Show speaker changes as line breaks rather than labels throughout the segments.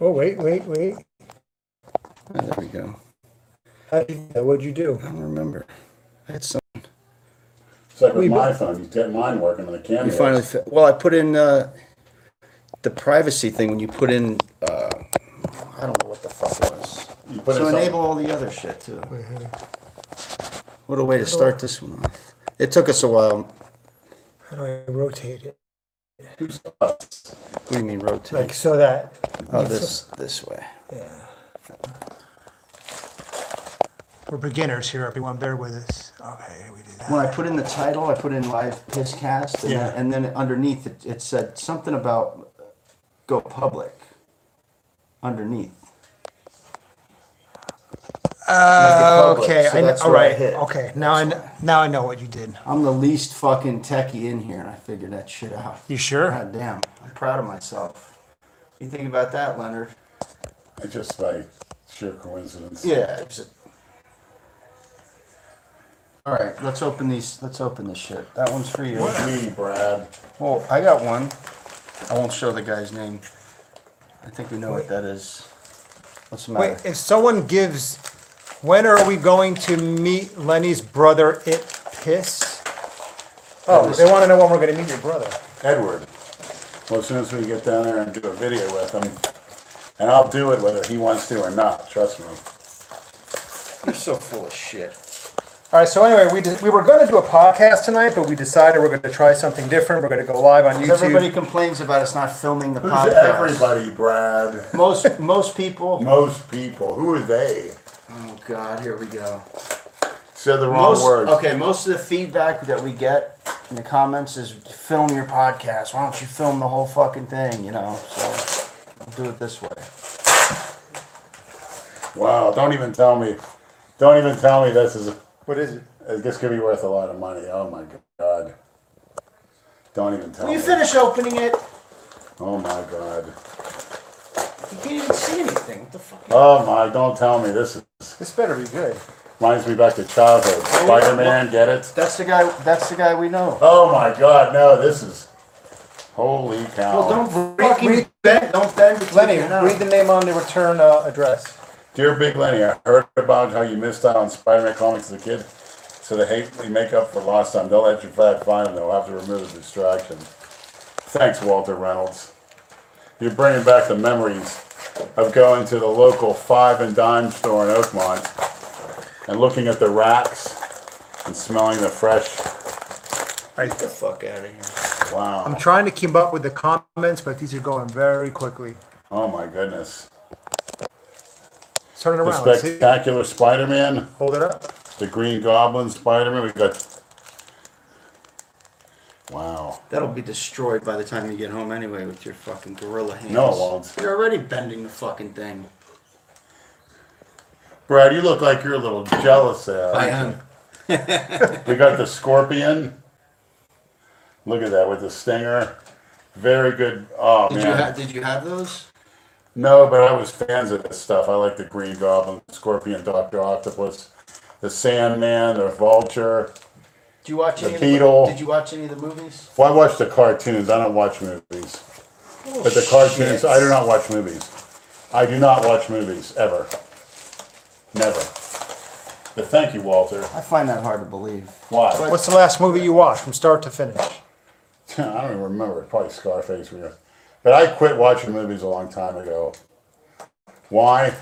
Oh, wait, wait, wait.
Ah, there we go.
How'd you, what'd you do?
I don't remember. I had some.
It's like
We-
with my phone, you get mine working on the camera.
You finally. Fi- well, I put in uh, the privacy thing when you put in. Uh, I don't know what the fuck it was.
You put
so
in some-
enable all the other shit too. What a way to start this one off. It took us a while.
How do I rotate it?
What do you mean rotate?
Like so that,
Oh, this this way.
we're beginners here, everyone, bear with us. Okay, we did that.
When I put in the title, I put in live pisscast, and,
Yeah.
and then underneath it, it said something about go public. Underneath. Make it public,
Okay,
so
I, kn-
that's
all
what I
right,
hit.
okay, now I, kn- now I know what you did.
I'm the least fucking techie in here, and I figured that shit out.
You sure?
God damn, I'm proud of myself. You think about that, Leonard?
It's just like sheer coincidence.
Yeah. it's a- All right, let's open these. Let's open this shit. That one's for you.
Me, Brad.
Well, I got one. I won't show the guy's name. I think we know what that is. What's the matter?
Wait, if someone gives, when are we going to meet Lenny's brother It Piss? Oh, they wanna know when we're gonna meet your brother.
Edward. Well, as soon as we get down there and do a video with him, and I'll do it whether he wants to or not, trust me.
You're so full of shit.
All right, so anyway, we, did- we were gonna do a podcast tonight, but we decided we're gonna try something different, we're gonna go live on
Everybody
YouTube.
complains about us not filming the
Who's
podcast.
everybody, Brad?
Most most people.
Most people. Who are they?
Oh God, here we go.
Said the wrong
Most,
words.
okay, most of the feedback that we get in the comments is film your podcast. Why don't you film the whole fucking thing? You know, so do it this way.
Wow, don't even tell me. Don't even tell me this is. uh,
What is it?
This could be worth a lot of money. Oh my god. Don't even tell
Will you
me.
finish opening it?
Oh my god.
You can't even see anything. What the fuck?
Oh my, don't tell me this is.
This better be good.
Reminds me back to childhood. Spider Man, get it?
That's the guy. That's the guy we know.
Oh my god, no, this is. Holy cow.
Well, don't fucking
read
bend. Don't bend. because
Lenny,
you're not.
read the name on the return uh, address.
Dear Big Lenny, I heard about how you missed out on Spider Man comics as a kid. So they hatefully make up for lost time. They'll let you flat find them. They'll have to remove the distraction. Thanks, Walter Reynolds. You're bringing back the memories of going to the local five and dime store in Oakmont and looking at the racks and smelling the fresh.
Get the fuck out of here.
I'm
Wow.
trying to keep up with the comments, but these are going very quickly.
Oh my goodness.
Let's Turn it
The
around. See?
spectacular Spider Man.
Hold it up.
The Green Goblin, Spider Man. We got. Wow.
That'll be destroyed by the time you get home anyway with your fucking gorilla hands.
No, it won't.
You're already bending the fucking thing.
Brad, you look like you're a little jealous. There. We got the Scorpion. Look at that with the stinger. Very good. Oh
Did
man.
you have? Did you have those?
no, but I was fans of this stuff. I like the Green Goblin, Scorpion, Doctor Octopus, the Sandman, the Vulture.
Did you watch
The
any?
Beetle.
Of the, did you watch any of the movies?
Well, I watch the cartoons. I don't watch movies. But the cartoons, I do not watch movies. I do not watch movies ever. Never. But thank you, Walter.
I find that hard to believe.
Why?
What's the last movie you watched from start to finish?
I don't even remember. Probably Scarface. We were- But I quit watching movies a long time ago. Why?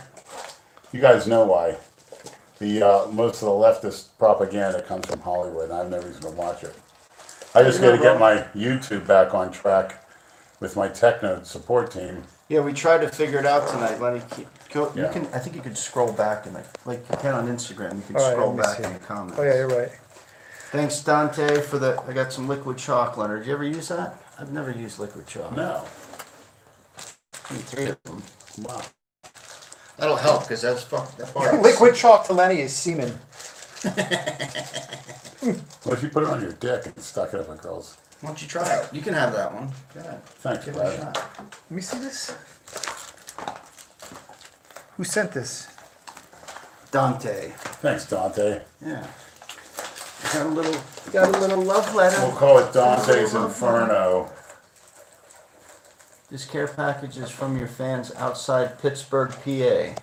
You guys know why. The uh, most of the leftist propaganda comes from Hollywood, and I have no reason to watch it. I just got to get my YouTube back on track with my techno support team.
Yeah, we tried to figure it out tonight, Lenny. Keep- Go,
Yeah.
You can. I think you could scroll back in the like you can on Instagram. You can
All right,
scroll
let me
back
see.
in the comments.
Oh yeah, you're right.
Thanks, Dante, for the. I got some liquid chalk, Leonard. Did you ever use that? I've never used liquid chalk.
No.
Give me three of them.
Wow.
That'll help because that's fuck. That part.
Liquid chalk to Lenny is semen.
Well, if you put it on your dick and stuck it up a girl's,
Why don't you try it? You can have that one. Yeah.
Thanks,
Give it
Brad.
a shot.
Let me see this. Who sent this?
Dante.
Thanks, Dante.
Yeah. Got a little. Got a little love letter.
We'll call it Dante's Inferno.
This care package is from your fans outside Pittsburgh, PA.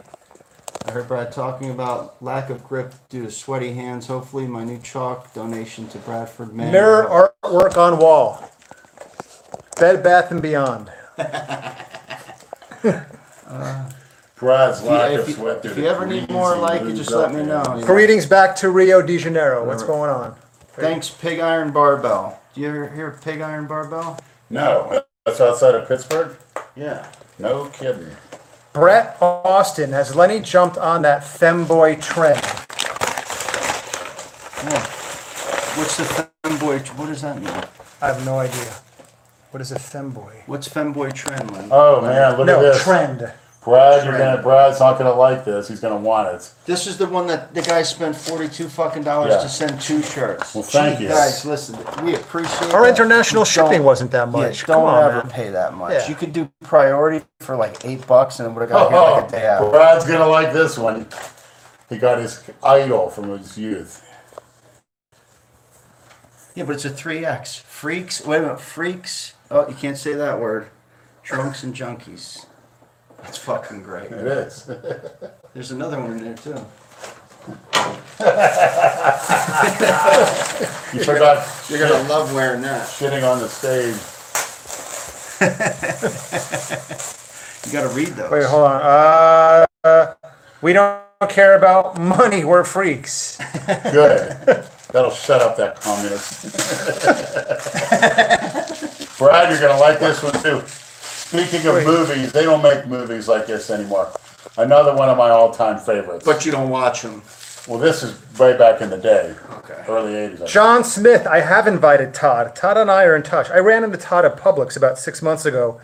I heard Brad talking about lack of grip due to sweaty hands. Hopefully, my new chalk donation to Bradford Man.
Mirror artwork on wall. Bed Bath and Beyond.
Brad's lack
if
of
you-
sweat due
if
to
you ever need
greens
more
he
like it,
lose
just let
up
me
in.
know.
Greetings back to Rio de Janeiro. What's
Alright.
going on?
Thanks, Pig Iron Barbell. Do you ever hear of Pig Iron Barbell?
No, that's outside of Pittsburgh?
Yeah.
No kidding.
Brett Austin, has Lenny jumped on that femboy trend?
yeah. What's the femboy? What does that mean?
I have no idea. What is a femboy?
What's femboy trend, Lynn?
Oh, man, look at
No,
this.
trend.
Brad, you're
Trend.
gonna, Brad's not gonna like this. He's gonna want it.
This is the one that the guy spent forty-two fucking dollars
Yeah.
to send two shirts.
Well, thank
Gee,
you.
guys. Listen, we appreciate
Our
that.
international shipping
Don't-
wasn't that
Yeah,
much. Come
don't
on,
ever
man.
pay that much.
Yeah.
You could do priority for like eight bucks, and it would have got here like a day out.
Brad's gonna like this one. He got his idol from his youth.
Yeah, but it's a three X. Freaks. Wait a minute. Freaks. Oh, you can't say that word. Drunks and junkies. That's fucking great.
It is.
There's another one in there too.
You forgot
You're gonna love wearing that.
shitting on the stage.
You gotta read those.
Wait, hold on. Uh, uh, we don't care about money. We're freaks.
Good. That'll shut up that communist. Brad, you're gonna like this one too. Speaking of
Wait.
movies, they don't make movies like this anymore. Another one of my all-time favorites.
But you don't watch them.
Well, this is way back in the day,
Okay.
early '80s. I think.
John Smith, I have invited Todd. Todd and I are in touch. I ran into Todd at Publix about six months ago,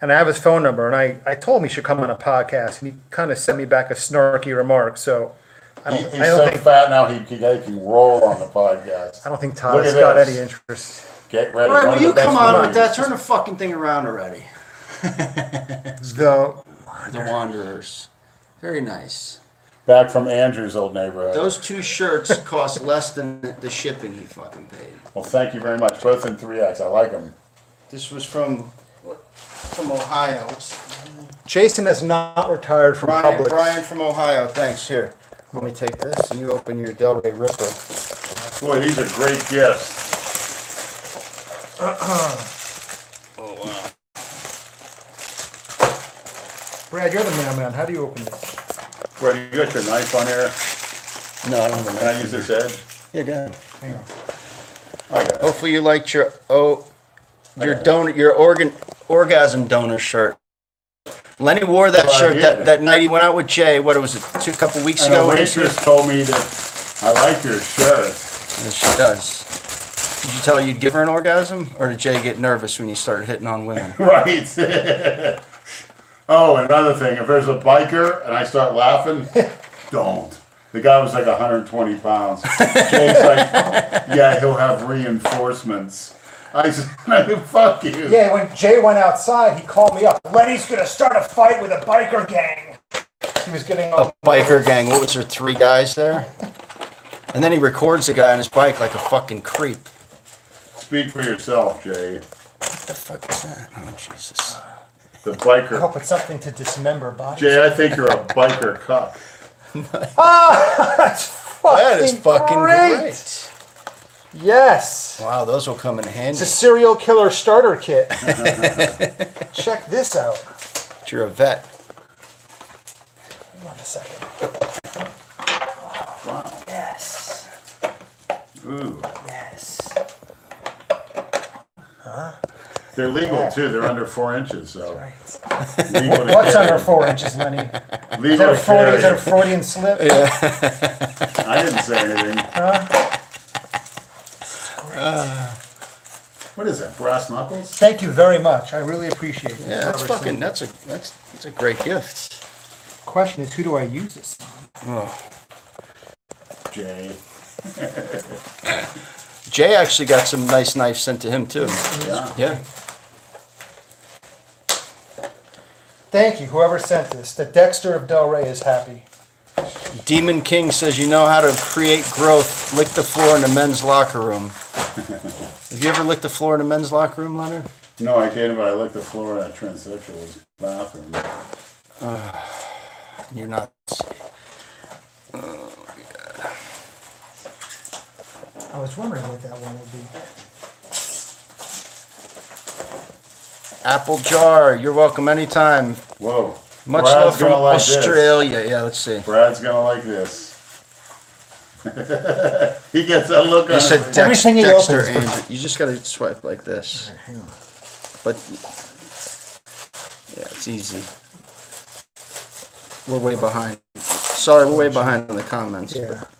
and I have his phone number. And I, I told him he should come on a podcast, and he kind of sent me back a snarky remark. So I
He-
don't,
He's
I don't
so
think
fat now he can, he can roll on the podcast.
I don't think
Look
Todd has
at
got
this.
any interest.
Get ready.
All right,
one
will
of the
you
best
come on with
movies.
that? Turn the fucking thing around already.
The
The Wanderers. Very nice.
Back from Andrew's old neighborhood.
Those two shirts cost less than the shipping he fucking paid.
well, thank you very much. Both in 3X. I like them.
This was from from Ohio.
Jason has not retired from
Brian,
Publix.
Brian from Ohio. Thanks. Here, let me take this, and you open your Delray Ripper.
Boy, these are great gifts.
Brad, you're the man, man. How do you open this?
Brad, you got your knife on here?
No, I don't know.
Can I use this edge?
Yeah, go ahead.
Hang on.
I got it.
Hopefully, you liked your oh, your
Okay.
donor, your organ orgasm donor shirt. Lenny wore that
Well, I
shirt that,
did.
that night he went out with Jay. What was it? Two couple weeks
And a
ago. when he-
waitress told me that I like your shirt.
Yes, she does. Did you tell her you'd give her an orgasm, or did Jay get nervous when you started hitting on women?
Right. oh, another thing. If there's a biker and I start laughing, don't. The guy was like 120 pounds. Jay's like, yeah, he'll have reinforcements. I said, "No, fuck you.
Yeah, when Jay went outside, he called me up. Lenny's gonna start a fight with a biker gang. He was getting all
Biker gang. What was there? Three guys there. And then he records the guy on his bike like a fucking creep.
Speak for yourself, Jay.
What the fuck is that? Oh Jesus!
The
Oh.
biker.
up with something to dismember bodies.
Jay, I think you're a biker cuck.
Ah, that's fucking
That is fucking
great.
great.
Yes,
Wow, those will come in handy.
it's a serial killer starter kit. Check this out.
If You're a vet.
Hang on a second.
Wow.
Yes,
Ooh.
yes.
They're legal too. They're under four inches, so.
Right.
legal to
What's
carry.
under four inches, Lenny? Is
Legal
that a
to
Freudian, is that a
carry.
Freudian slip?
I didn't say anything. What is that, brass knuckles?
Thank you very much. I really appreciate it.
Yeah, that's fucking. That's a that's that's a great gift.
Question is, who do I use this? on?
Jay.
Jay actually got some nice knives sent to him too.
Yeah.
Yeah.
Thank you, whoever sent this. The Dexter of Del Rey is happy.
Demon King says you know how to create growth. Lick the floor in the men's locker room. Have you ever licked the floor in a men's locker room, Leonard?
No, I didn't, but I licked the floor in a transsexual bathroom.
You're not.
I was wondering what that one would be.
Apple jar. You're welcome anytime.
Whoa.
Much
Brad's
love from
gonna like this.
Australia. Yeah, let's see.
Brad's gonna like this. he gets that look on.
You
his
said
face.
Dex-
Everything he
Dexter
opens.
Andrew. You just gotta swipe like this.
Hang on.
But yeah, it's easy. We're way behind. Sorry, we're way behind in the comments.
Yeah.
But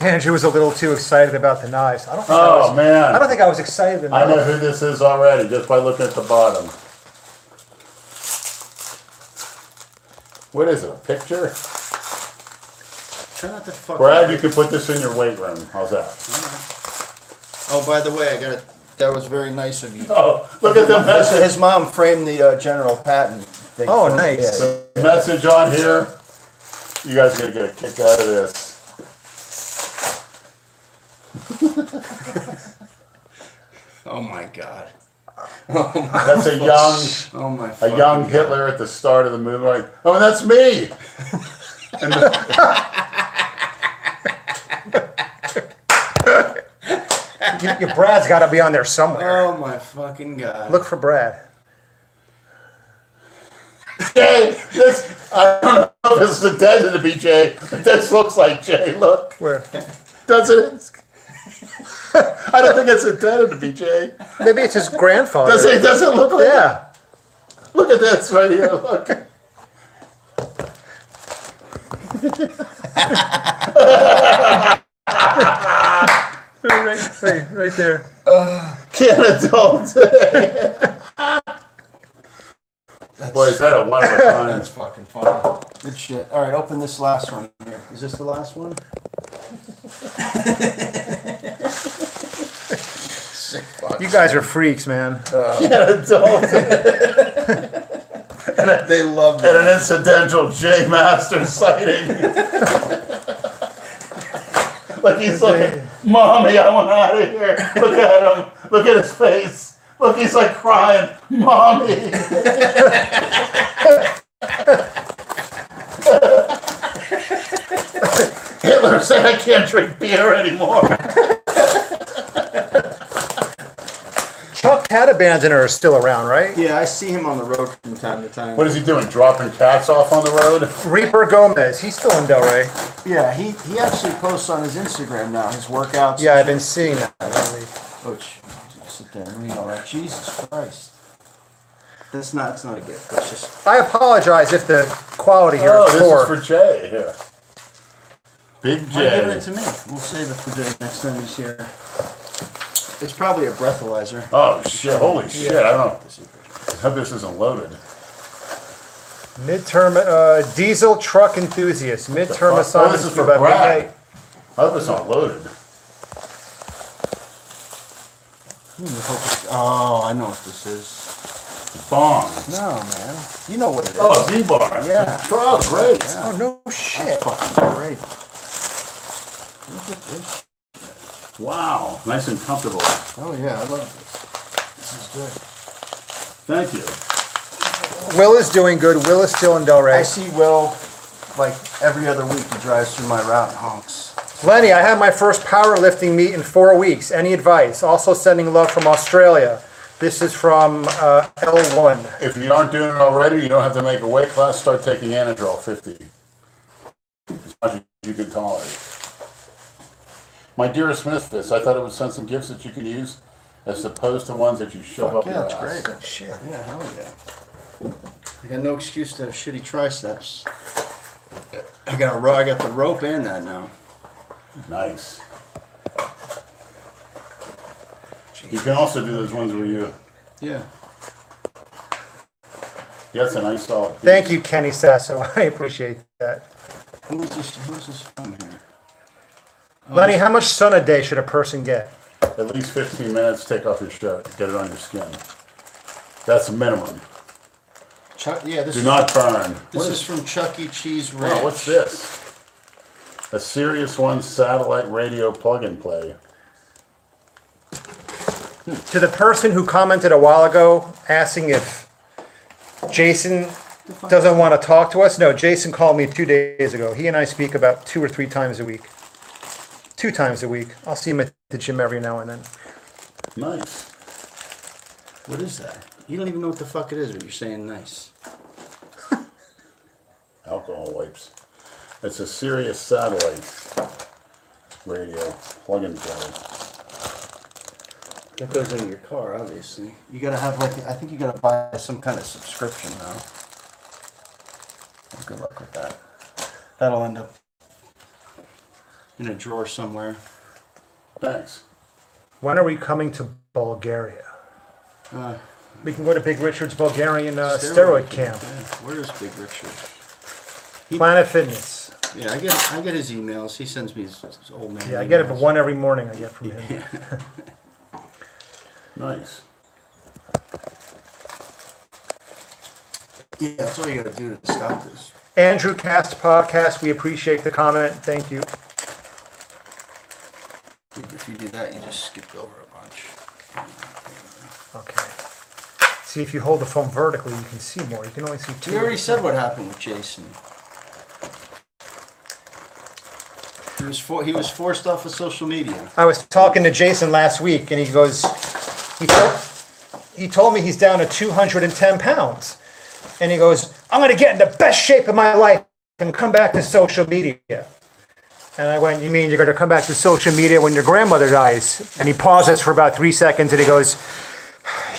Andrew was a little too excited about the knives. I don't think I
Oh
was,
man!
I don't think I was excited
I
enough.
know who this is already just by looking at the bottom. What is it? A picture?
try not to fuck.
Brad, you can put this in your weight room. How's that?
Oh, by the way, I got to That was very nice of you.
Oh, look at the
His,
message.
his mom framed the uh, General Patton. They
Oh,
framed-
nice.
yeah.
The message on here. You guys are gonna get a kick out of this.
Oh my God.
That's a young,
Oh my.
a young Hitler at the start of the movie. Like, oh, that's me. And the-
You- you- Brad's got to be on there somewhere.
Oh my fucking God.
Look for Brad.
Jay, this I don't know if it's the dead of the BJ. but This looks like Jay. Look.
Where?
Doesn't it? I don't think it's intended to be Jay.
Maybe it's his grandfather.
Does it, does it look like
Yeah.
Look at this right here. Look.
Right, right, right there.
Can't adult. Boy, is that a one of a kind.
fucking funny. Good shit. All right, open this last one here. Is this the last one? Sick fuck.
You guys are freaks, man.
Can't adult. And
They love that.
an incidental Jay Master sighting. like he's like, Mommy, I want out of here. Look at him. Look at his face. Look, he's like crying. Mommy. Hitler said I can't drink beer anymore.
Chuck Catabandoner is still around, right?
Yeah, I see him on the road from time to time.
What is he doing? Dropping cats off on the road?
Reaper Gomez, he's still in Delray.
Yeah, he, he actually posts on his Instagram now his workouts.
Yeah, I've been seeing that. lately.
Which sit there and read all that. Jesus Christ. That's not. It's not a gift. That's just.
I apologize if the quality here is
Oh,
poor.
this is for Jay here. Big
Why give it
Jay.
to me? We'll save it for the next time he's here. It's probably a breathalyzer.
Oh shit! Holy shit! I don't.
This is-
I hope this isn't loaded.
Midterm uh, diesel truck enthusiast. Midterm
fuck? Oh,
assignments
this is
for
for
about
Brad.
midnight.
I hope it's not loaded.
Hmm, I hope it's- Oh, I know what this is.
Bong.
No, man. You know what it is.
Oh, Z bar.
Yeah.
Oh, great.
Yeah.
Oh no shit!
Fucking great. Look at this.
Wow. Nice and comfortable.
Oh yeah, I love this. This is good.
Thank you.
Will is doing good. Will is still in
I
Delray.
see Will like every other week. He drives through my route and honks.
Lenny, I had my first powerlifting meet in four weeks. Any advice? Also sending love from Australia. This is from uh, L1.
If you aren't doing it already, you don't have to make a weight class. Start taking Anadrol 50. As much as you can tolerate. My dearest Misfits, I thought it would send some gifts that you can use as opposed to ones that you shove up
Yeah,
your
that's
ass.
great.
Shit.
Yeah, hell yeah. I got no excuse to have shitty triceps. I got a ro- I got the rope and that now.
Nice. You can also do those ones where you,
Yeah.
yes, and I saw.
Thank you, Kenny Sasso. I appreciate that.
Who's this? Who's this from here?
Oh,
Lenny, how much sun a day should a person get?
At least fifteen minutes, take off your shirt, get it on your skin. That's the minimum.
Chuck. Yeah, this
Do
is
not burn.
this
What
is from Chuck E. Cheese Ranch.
Oh,
Wow, what's this? A Sirius One satellite radio plug and play.
to the person who commented a while ago asking if Jason doesn't want to talk to us, no, Jason called me two days ago. He and I speak about two or three times a week. Two times a week. I'll see him at the gym every now and then.
Nice.
What is that? You don't even know what the fuck it is, but you're saying nice.
Alcohol wipes. It's a Sirius satellite radio plug and play.
That goes in your car, obviously. You gotta have like, I think you gotta buy some kind of subscription now. Good luck with that. That'll end up in a drawer somewhere.
Thanks.
When are we coming to Bulgaria?
Uh,
We can go to Big Richard's Bulgarian uh,
Steroid.
steroid camp.
yeah, where is Big Richard?
Planet Fitness.
Yeah, I get, I get his emails. He sends me his, his old man.
Yeah, I get it,
emails.
but one every morning I get from him.
Nice.
Yeah, that's all you gotta do to stop this.
Andrew Cast Podcast, we appreciate the comment. Thank you.
If you do that, you just skipped over a bunch.
Okay. See, if you hold the phone vertically, you can see more. You can only see two.
We already said what happened with Jason. He was for, he was forced off of social media.
I was talking to Jason last week, and he goes, he told, he told me he's down to 210 pounds. And he goes, I'm going to get in the best shape of my life and come back to social media. And I went, You mean you're going to come back to social media when your grandmother dies? And he pauses for about three seconds and he goes,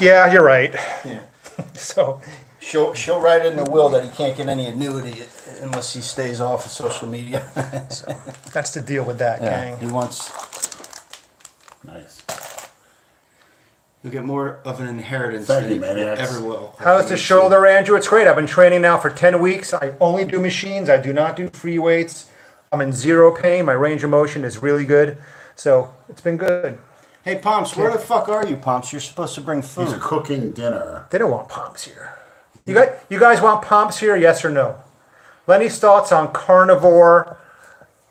Yeah, you're right.
Yeah.
So,
She'll, she'll write in the will that he can't get any annuity unless he stays off of social media.
so that's the deal with that, gang.
He wants,
Nice.
he'll get more of an inheritance
Thank
than he
you, maniacs.
ever will.
How's the shoulder, Andrew? It's great. I've been training now for 10 weeks. I only do machines. I do not do free weights. I'm in zero pain. My range of motion is really good. So it's been good.
Hey, Pomps, where the fuck are you, Pomps? You're supposed to bring
He's
food.
cooking dinner.
They don't want pumps here. You guys, you guys want pumps here? Yes or no? Lenny's thoughts on carnivore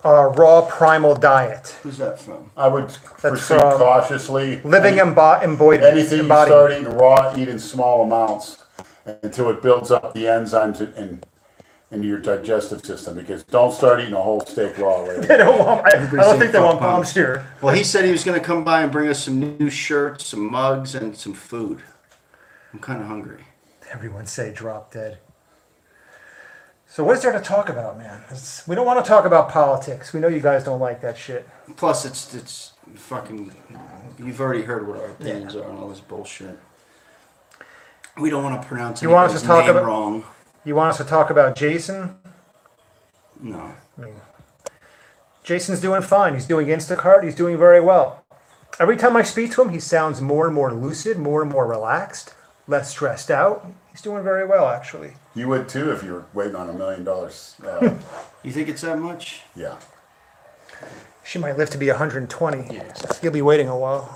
uh, raw primal diet.
Who's that from?
I would proceed
from
cautiously.
Living embo- embodied.
Anything you
embodied.
start eating raw, eat in small amounts until it builds up the enzymes in- in, into your digestive system, because don't start eating a whole steak raw. later.
They don't want, I, I don't think they want
Everybody's
pumps here.
Well, he said he was gonna come by and bring us some new shirts, some mugs, and some food. I'm kinda hungry.
Everyone say drop dead. So what is there to talk about, man? It's- we don't want to talk about politics. We know you guys don't like that shit.
Plus, it's, it's fucking, you've already heard what our opinions are on all this bullshit. We don't wanna pronounce
You want us
anybody's
to talk
name
about-
wrong.
You want us to talk about Jason?
No.
Jason's doing fine. He's doing Instacart. He's doing very well. Every time I speak to him, he sounds more and more lucid, more and more relaxed, less stressed out. He's doing very well, actually.
You would too if you were waiting on a million dollars. Uh,
You think it's that much?
Yeah.
She might live to be 120.
Yeah.
He'll be waiting a while.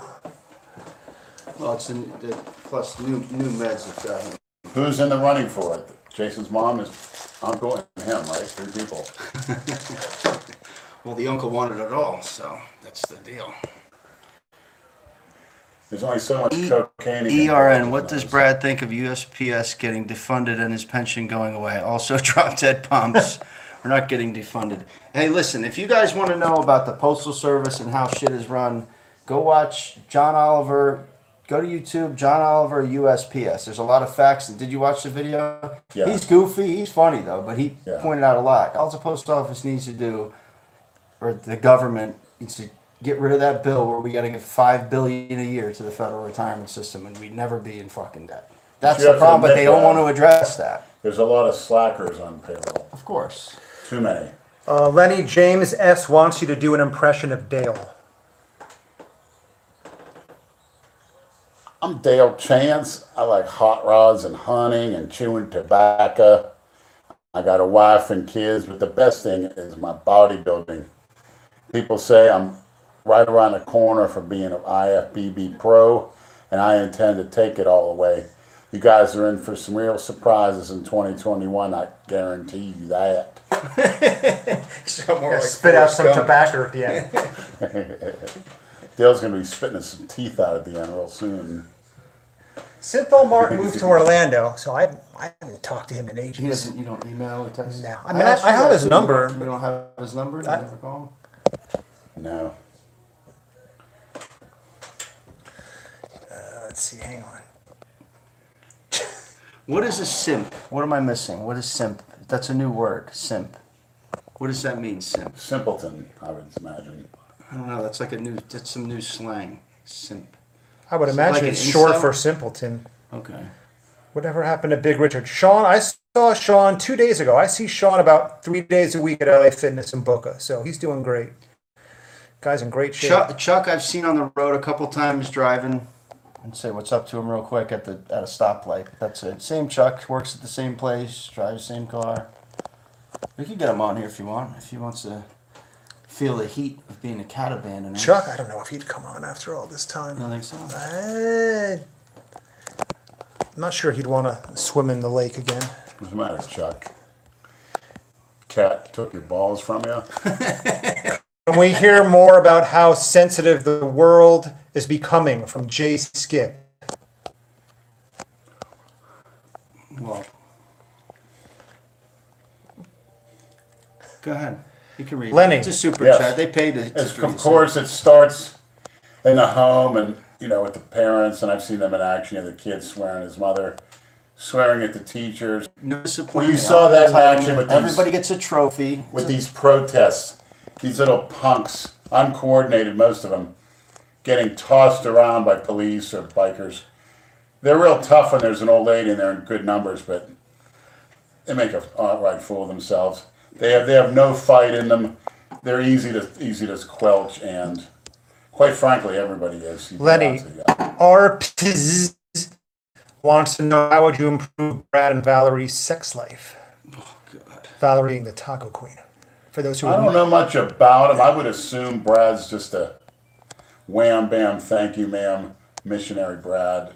Well, it's in, the, plus new, new meds that got him.
Who's in the running for it? Jason's mom, his uncle, and him, right? Three people.
Well, the uncle wanted it all, so that's the deal.
There's only so much
E,
E,
cocaine. you can-
ERN, what does Brad think of USPS getting defunded and his pension going away? Also, drop dead pumps. We're not getting defunded. Hey, listen, if you guys want to know about the Postal Service and how shit is run, go watch John Oliver. Go to YouTube, John Oliver USPS. There's a lot of facts. Did you watch the video?
Yeah.
He's goofy. He's funny, though, but he
Yeah.
pointed out a lot. All the post office needs to do or the government needs to get rid of that bill where we got to give five billion a year to the federal retirement system and we'd never be in fucking debt. That's
You
the
have to
problem, but
admit
they don't
that.
want to address that.
There's a lot of slackers on payroll.
Of course.
Too many.
Uh, Lenny James S wants you to do an impression of Dale.
I'm Dale Chance. I like hot rods and hunting and chewing tobacco. I got a wife and kids, but the best thing is my bodybuilding. People say I'm right around the corner for being an IFBB pro, and I intend to take it all away. You guys are in for some real surprises in 2021. I guarantee you that.
Spit out some tobacco at the end.
Dale's gonna be spitting his teeth out at the end real soon.
Sinthol Mark moved to Orlando, so I, I haven't talked to him in
He
ages.
doesn't. You don't email or text.
No. I mean, I-
asked
I
you
have
that
his
too.
number.
You don't have his number. You
I-
never call him.
No.
Let's see, hang on.
What is a simp? What am I missing? What is simp? That's a new word. Simp. What does that mean, simp?
Simpleton, I would imagine.
I don't know. That's like a new. That's some new slang. Simp.
I would
Is it like
imagine
an
it's short
incel?
for simpleton.
Okay.
Whatever happened to Big Richard? Sean, I saw Sean two days ago. I see Sean about three days a week at LA Fitness in Boca, so he's doing great. Guy's in great shape.
Chuck, Chuck, I've seen on the road a couple times driving. And say what's up to him real quick at the at a stoplight. That's it. Same Chuck works at the same place, drives the same car. We could get him on here if you want. If he wants to feel the heat of being a cat abandoner.
Chuck, I don't know if he'd come on after all this time.
I don't think so.
Uh, I'm not sure he'd want to swim in the lake again.
What's the matter, Chuck? Cat took your balls from you?
When we hear more about how sensitive the world is becoming from Jay Skip,
Well. Go ahead. You can read. it.
Lenny.
It's a super
Yes.
chat. They paid to. to
It's,
do
of
this.
course, it starts in the home and, you know, with the parents, and I've seen them in action, you know, the kid swearing at his mother, swearing at the teachers.
No
Well,
disappointment.
you saw that in action with these,
Everybody gets a trophy.
with these protests, these little punks, uncoordinated, most of them, getting tossed around by police or bikers. They're real tough when there's an old lady and they're in good numbers, but they make a outright fool of themselves. They have they have no fight in them. They're easy to easy to squelch, and quite frankly, everybody is. You
Lenny.
pronounce it, yeah.
R. Pizz wants to know how would you improve Brad and Valerie's sex life?
God.
Valerie being the taco queen. For those who
I don't know much about him. I would assume Brad's just a wham bam, thank you, ma'am, missionary Brad.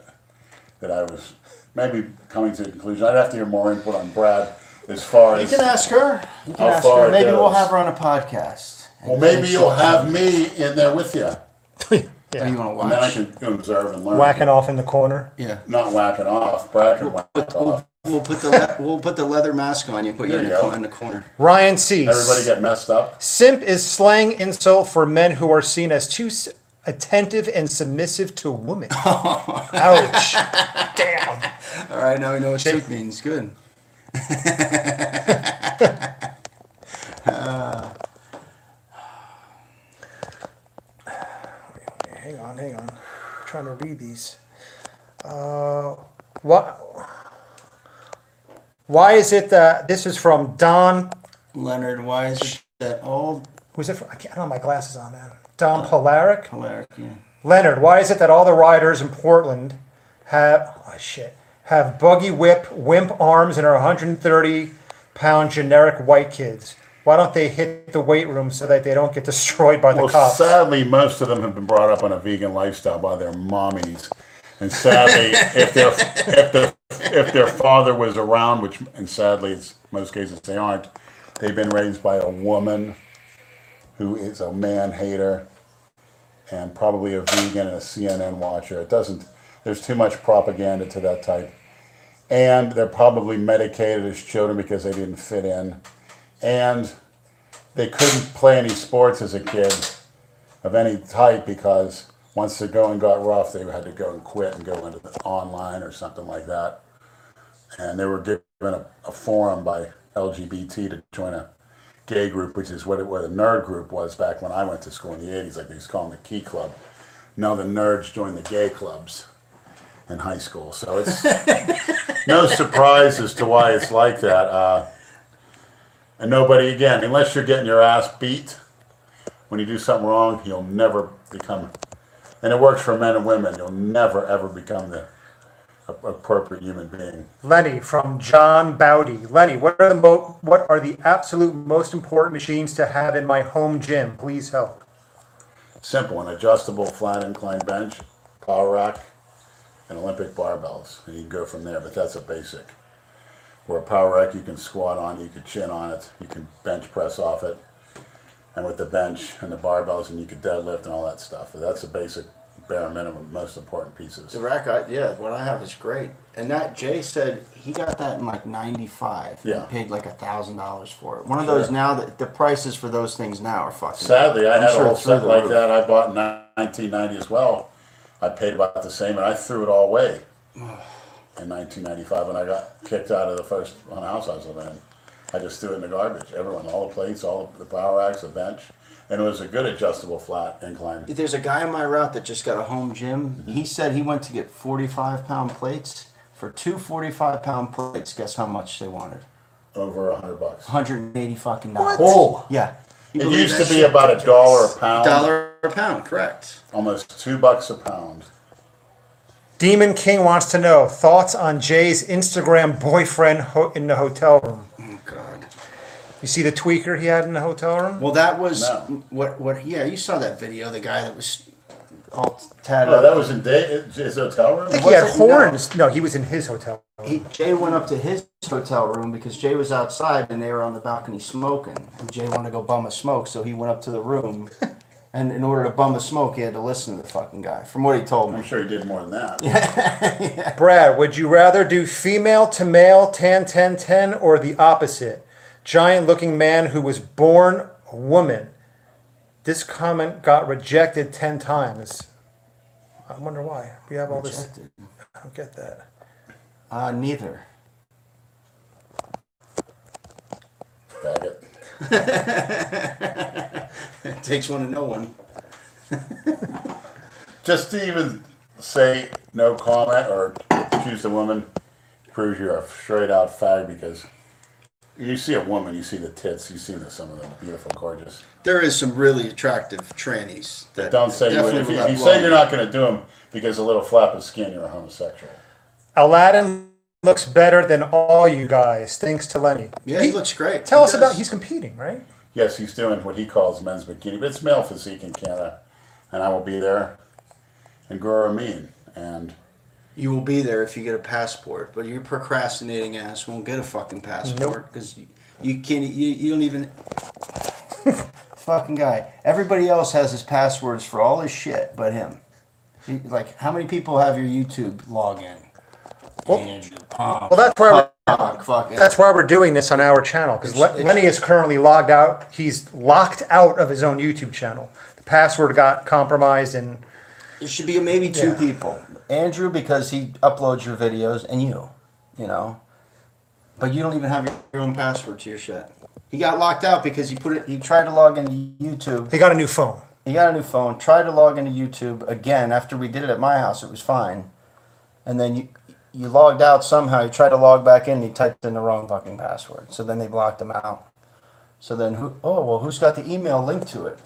That I was maybe coming to the conclusion. I'd have to hear more input on Brad as far
You
as
can ask her. You can
How
ask
far
her.
it
Maybe we'll
goes.
have her on a podcast.
well, maybe you'll have me in there with you,
What do you want to
and then I
watch?
can observe and learn.
whacking off in the corner.
Yeah.
Not whacking off. Brad can whack off.
We'll put the le- we'll put the leather mask on you. Put you in
There
the,
you
cor-
go.
in the corner.
Ryan C.
Everybody get messed up.
Simp is slang insult for men who are seen as too s- attentive and submissive to women. Ouch. Damn.
All right. Now we know what soup means. Good.
Hang on, hang on. I'm trying to read these.
Uh, What? Why is it that this is from Don?
Leonard, why is it that all
Who's it from? I, can't, I don't have my glasses on, man. Don Polaric?
Polaric? Yeah.
Leonard, why is it that all the riders in Portland have oh shit have buggy whip wimp arms and are 130 pound generic white kids? Why don't they hit the weight room so that they don't get destroyed by the
Well,
cops?
sadly, most of them have been brought up on a vegan lifestyle by their mommies, and sadly, if their if their if their father was around, which and sadly, it's most cases they aren't, they've been raised by a woman who is a man hater and probably a vegan and a CNN watcher. It doesn't. There's too much propaganda to that type, and they're probably medicated as children because they didn't fit in, and they couldn't play any sports as a kid of any type because once the going got rough, they had to go and quit and go into the online or something like that. And they were given a, a forum by LGBT to join a gay group, which is what it what a nerd group was back when I went to school in the 80s. Like they used to call them the Key Club. Now the nerds join the gay clubs in high school. So it's no surprise as to why it's like that. Uh, and nobody, again, unless you're getting your ass beat when you do something wrong, you'll never become, and it works for men and women, you'll never ever become the a- appropriate human being.
Lenny from John Bowdy. Lenny, what are the mo- what are the absolute most important machines to have in my home gym? Please help.
Simple, an adjustable flat incline bench, power rack, and Olympic barbells, and you can go from there, but that's a basic. Where a power rack, you can squat on, you can chin on it, you can bench press off it. and with the bench and the barbells, and you could deadlift and all that stuff. But that's the basic bare minimum, most important pieces.
The rack, I, yeah, what I have is great. And that Jay said he got that in like '95. He
Yeah.
paid like a thousand dollars for it. One of those
Sure.
now that the prices for those things now are fucking.
Sadly, I
I'm
had a
sure
whole
it's through
set
the
like
roof.
that I bought in 1990 as well. I paid about the same, and I threw it all away in 1995 when I got kicked out of the first house I was living in. I just threw it in the garbage. Everyone, all the plates, all the power racks, the bench, and it was a good adjustable flat incline.
There's a guy on my route that just got a home gym.
Mm-hmm.
He said he went to get 45 pound plates. For two 45 pound plates, guess how much they wanted?
over a hundred bucks.
180 fucking dollars.
Oh.
Yeah. You
It
believe
used
that
to be
shit?
about a dollar a pound,
dollar a pound, correct.
almost two bucks a pound.
Demon King wants to know thoughts on Jay's Instagram boyfriend ho- in the hotel room.
Oh, God.
You see the tweaker he had in the hotel room?
Well, that was
No.
what, what, yeah, you saw that video, the guy that was all tatted
Oh,
up.
that was in day, his hotel room.
I think he had
wasn't- no.
horns. No, he was in his hotel. room.
he, Jay went up to his hotel room because Jay was outside and they were on the balcony smoking. And Jay wanted to go bum a smoke, so he went up to the room. and in order to bum a smoke, he had to listen to the fucking guy, from what he told
I'm
me.
sure he did more than that.
Brad, would you rather do female to male tan ten ten or the opposite? Giant looking man who was born a woman. This comment got rejected 10 times. I wonder why. We have all this. I don't get that.
Uh, neither.
Faggot.
It takes one to know one.
Just to even say no comment or choose the woman proves you're a straight out fag because you see a woman, you see the tits, you see the, some of them beautiful, gorgeous.
There is some really attractive trannies that
Don't say you,
definitely
if
will
you,
not
if you say
blow
you're not going to do them because a little flap of skin, you're a homosexual.
Aladdin looks better than all you guys, thanks to Lenny.
Yeah, he looks great.
Tell
He
us about
does.
he's competing, right?
Yes, he's doing what he calls men's bikini, but it's male physique in Canada, and I will be there in Guru Amin. And
You will be there if you get a passport, but your procrastinating ass won't get a fucking passport because you, you can't. You, you don't even. fucking guy. Everybody else has his passwords for all his shit, but him. He- Like, how many people have your YouTube login? Andrew Pump.
Well, that's why
Fuck, fucking.
that's why we're doing this on our channel because
It's-
Lenny is currently logged out. He's locked out of his own YouTube channel. The password got compromised, and
It should be maybe two
Yeah.
people. Andrew because he uploads your videos, and you, you know. But you don't even have your own password to your shit. He got locked out because he put it. He tried to log into YouTube.
he got a new phone.
He got a new phone. Tried to log into YouTube again after we did it at my house. It was fine, and then you you logged out somehow. You tried to log back in. And you typed in the wrong fucking password. So then they blocked him out. So then who? Oh well, who's got the email linked to it?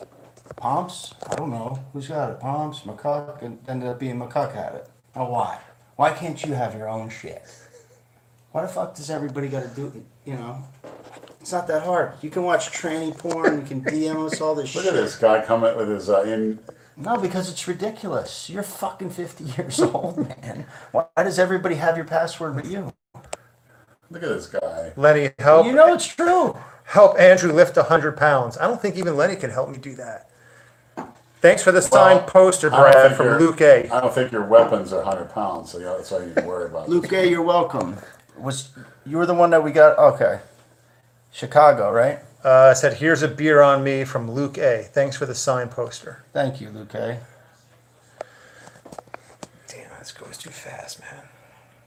Pomps? I don't know. Who's got it? Pomps, McCuck, and ended up being McCuck had it. Now why? Why can't you have your own shit? Why the fuck does everybody gotta do it? You know? It's not that hard. You can watch tranny porn, you can DM us all this
look
shit.
at this guy coming with his uh, in
No, because it's ridiculous. You're fucking 50 years old, man. Why does everybody have your password but you?
Look at this guy.
Lenny, help
You know it's true.
help Andrew lift hundred pounds. I don't think even Lenny can help me do that. Thanks for the signed
Well,
poster,
I don't
Brad,
think
from
your-
Luke A.
I don't think your weapons are 100 pounds, so that's all you need to worry about.
Luke A, you're welcome. Was you were the one that we got okay. Chicago, right?
Uh, said, "Here's a beer on me from Luke A. Thanks for the signed poster."
Thank you, Luke A.
Damn, this goes too fast, man.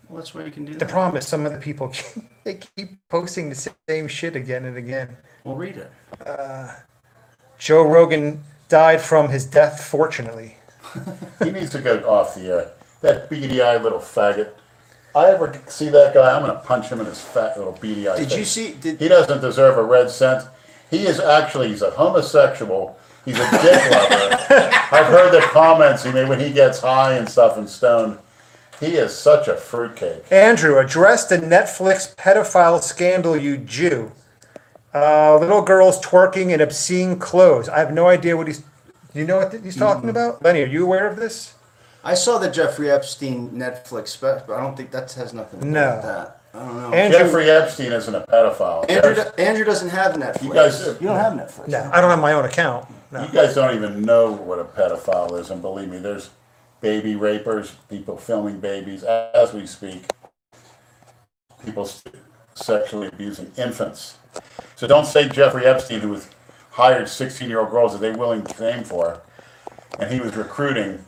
Well, that's where you can do
The
that.
problem is some of the people keep, they keep posting the same shit again and again.
We'll read it.
Joe Rogan died from his death, fortunately.
He needs to go off the air. That beady eyed little faggot. I ever see that guy, I'm going to punch him in his fat little beady eye.
Did you
face.
see- did-
he doesn't deserve a red cent. He is actually he's a homosexual. He's a dick lover. I've heard the comments he made when he gets high and stuff and stoned. He is such a fruitcake.
Andrew, address the Netflix pedophile scandal, you Jew. Uh, little girls twerking in obscene clothes. I have no idea what he's. You know what he's talking about, Lenny? Are you aware of this?
I saw the Jeffrey Epstein Netflix special, but I don't think that has nothing to do
No.
with that. I don't know.
Andrew,
Jeffrey Epstein isn't a pedophile.
Andrew,
Jeff-
do- Andrew doesn't have Netflix.
You guys-
don't have Netflix.
no, I don't have my own account. No.
You guys don't even know what a pedophile is, and believe me, there's baby rapers, people filming babies as we speak, people s- sexually abusing infants. So don't say Jeffrey Epstein, who was hired 16-year-old girls that they willing to name for, and he was recruiting.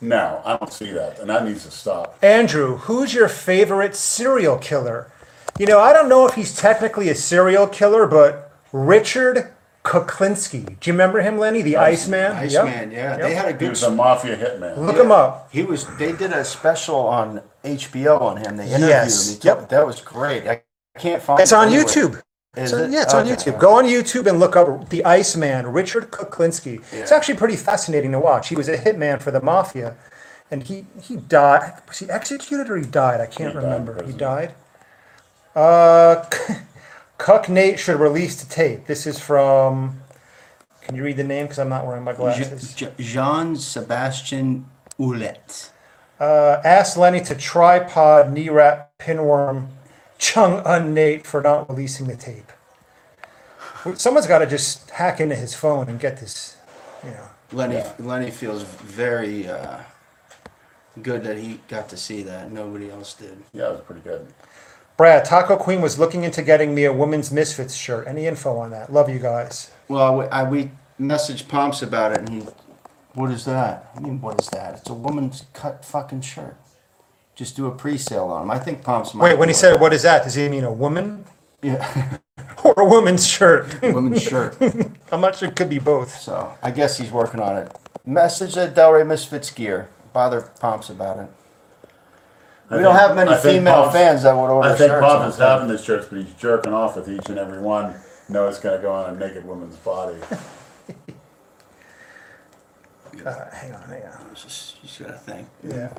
No, I don't see that, and that needs to stop.
Andrew, who's your favorite serial killer? You know, I don't know if he's technically a serial killer, but Richard Kuklinski. Do you remember him, Lenny? The Iceman? Yep.
Iceman, yeah.
Yep.
They had a
He
good
was a mafia hitman.
Look him up.
He was. They did a special on HBO on him. They interviewed
Yes.
him. He told- That was great. I can't find.
It's on
anywhere.
YouTube.
Is
It's on-
it?
yeah, it's on
Okay.
YouTube. Go on YouTube and look up The Iceman, Richard Kuklinski. It's
Yeah.
actually pretty fascinating to watch. He was a hitman for the mafia, and he, he died. Was he executed or he died? I can't
He died in
remember. he
prison.
died? Uh, Cuck Nate should release the tape. This is from. Can you read the name? Because I'm not wearing my glasses.
Je- Je- Jean Sebastian Ouellet.
Uh, ask Lenny to tripod, knee wrap, pinworm, Chung Un Nate for not releasing the tape. Someone's got to just hack into his phone and get this. You know,
Lenny Lenny feels very uh, good that he got to see that. Nobody else did.
Yeah, it was pretty good.
Brad Taco Queen was looking into getting me a women's misfits shirt. Any info on that? Love you guys.
Well, we, I, we messaged Pomps about it, and he, what is that? I mean, what is that? It's a woman's cut fucking shirt. Just do a pre-sale on him. I think Pomps. Might
Wait, when he
do it.
said, "What is that?" Does he mean a woman
yeah,
or a woman's shirt?
woman's shirt.
I'm not sure. It could be both.
So I guess he's working on it. Message at Delray Misfits Gear. Bother Pomps about it. We don't have many
I think
female
Bob's-
fans that would order
I think
shirts
Bob
on
is
that.
having his shirts, but he's jerking off with each and every one. No, it's going to go on a naked woman's body.
Uh, hang on, hang on.
Just, just gotta think.
Yeah.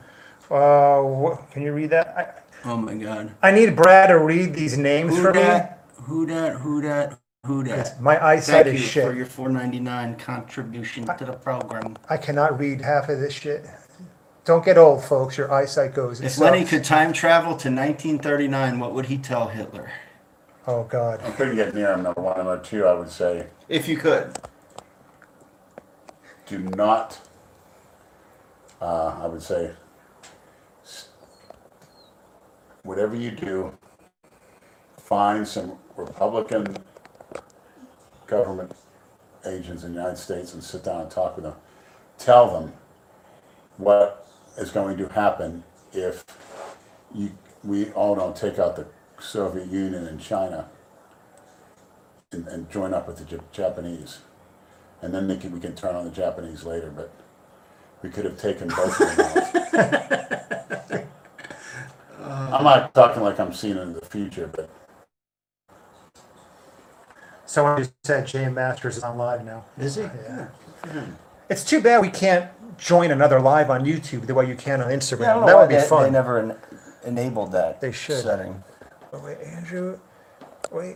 Uh, wh- can you read that?
Oh my God.
I, I need Brad to read these names
Who
for me.
dat? Who dat? Who dat? Who dat?
My eyesight
Thank
is
you
shit.
for your 4.99 contribution to the program.
I cannot read half of this shit. Don't get old, folks. Your eyesight goes. It
If Lenny
sucks.
could time travel to 1939, what would he tell Hitler?
Oh God.
I couldn't get near him, number one. Number two, I would say,
If you could.
do not, uh, I would say, s- whatever you do, find some Republican government agents in the United States and sit down and talk with them. Tell them what is going to happen if you, we all don't take out the Soviet Union and China and, and join up with the Jap- Japanese and then they can, we can turn on the Japanese later, but we could have taken both of them out. I'm not talking like I'm seeing into the future, but
Someone just said Jay Masters is on live now.
Is he? Hmm.
It's too bad we can't join another live on YouTube the way you can on Instagram.
Yeah, I don't know
that
why
would be
they,
fun.
They never en- enabled that
They should.
setting.
Oh, wait, Andrew, wait.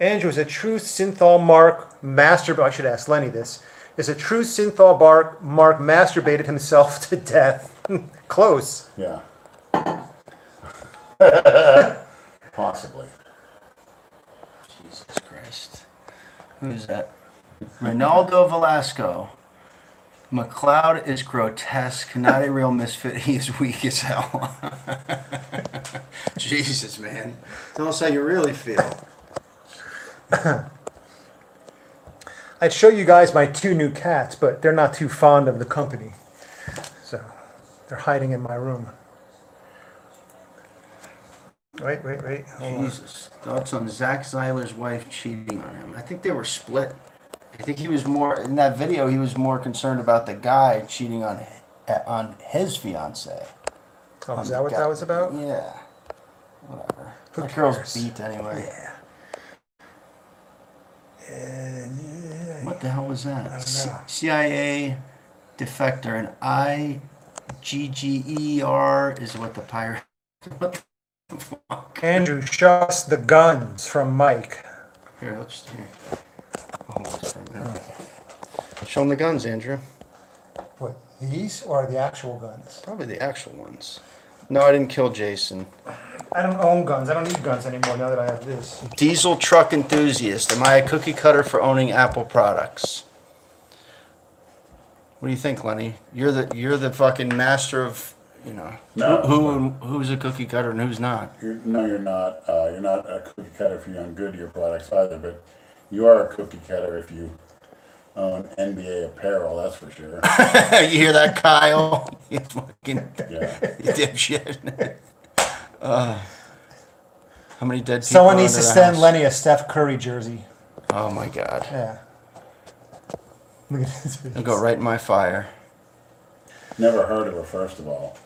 Andrew is a true synthol mark master. I should ask Lenny this. Is a true synthol bark mark masturbated himself to death? Close.
yeah. Possibly.
Jesus Christ. Who's that? Ronaldo Velasco. McLeod is grotesque, not a real misfit. He is weak as hell. Jesus, man. Tell us how you really feel.
I'd show you guys my two new cats, but they're not too fond of the company. So they're hiding in my room. Wait, wait, wait. Hold on.
Jesus. Thoughts on Zach Zeiler's wife cheating on him? I think they were split. I think he was more, in that video, he was more concerned about the guy cheating on, on his fiancee.
Oh, is that what that was about?
Yeah. Whatever.
Who
that
cares?
girl's beat anyway. What the hell was that? C-
know.
CIA defector and I G G E R is what the pirate. What the fuck?
Andrew, show us the guns from Mike.
Here, let's just here. Hold on just for a minute. Show them the guns, Andrew.
What, these or the actual guns?
Probably the actual ones. No, I didn't kill Jason.
I don't own guns. I don't need guns anymore now that I have this.
Diesel truck enthusiast. Am I a cookie cutter for owning Apple products? What do you think, Lenny? You're the you're the fucking master of you know
No.
who, who who's a cookie cutter and who's not.
You're, no, you're not. Uh, you're not a cookie cutter if you own Goodyear products either, but you are a cookie cutter if you own NBA apparel. That's for sure.
you hear that, Kyle? you fucking
Yeah.
you dipshit. uh, how many dead people?
Someone
are
needs to
under the
send
house?
Lenny a Steph Curry jersey.
Oh my god.
Yeah. Look at this.
It'll go right in my fire.
Never heard of her. First of all,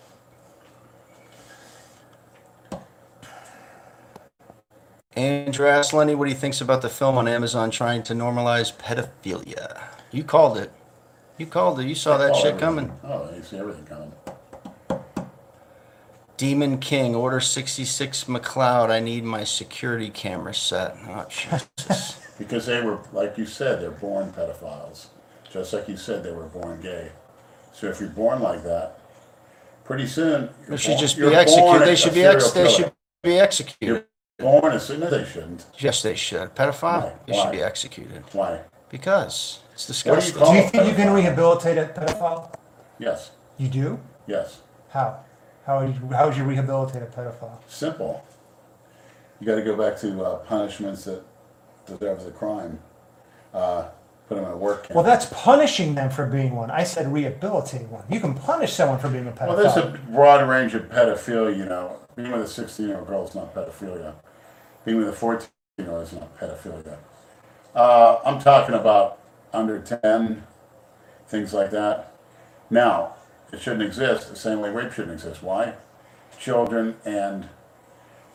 Andrew asked Lenny what he thinks about the film on Amazon trying to normalize pedophilia. You called it. You called it. You saw that
Oh,
shit
everything.
coming.
Oh, you see everything coming.
Demon King, Order 66 McLeod. I need my security camera set. Oh, Jesus.
Because they were, like you said, they're born pedophiles. Just like you said, they were born gay. So if you're born like that, pretty soon
they
you're
should
born-
just be
you're born
executed.
a-
They
a
should be ex-
serial
They
killer.
should be executed.
born as soon as they shouldn't.
Yes, they should. Pedophile.
Why?
They should
Why?
be executed
Why?
because it's
What do
disgusting.
you call
Do you
a
think you can
pedophile?
rehabilitate a pedophile?
Yes.
You do?
Yes.
How? How would you, how would you rehabilitate a pedophile?
Simple. You got to go back to uh, punishments that deserves a crime. Uh, put them in a work camp.
Well, that's punishing them for being one. I said rehabilitate one. You can punish someone for being a pedophile.
Well, there's a broad range of pedophilia, you know. Being with a 16 year old girl is not pedophilia. Being with a 14 year old is not pedophilia. Uh, I'm talking about under 10, things like that. Now, it shouldn't exist the same way rape shouldn't exist. Why? Children and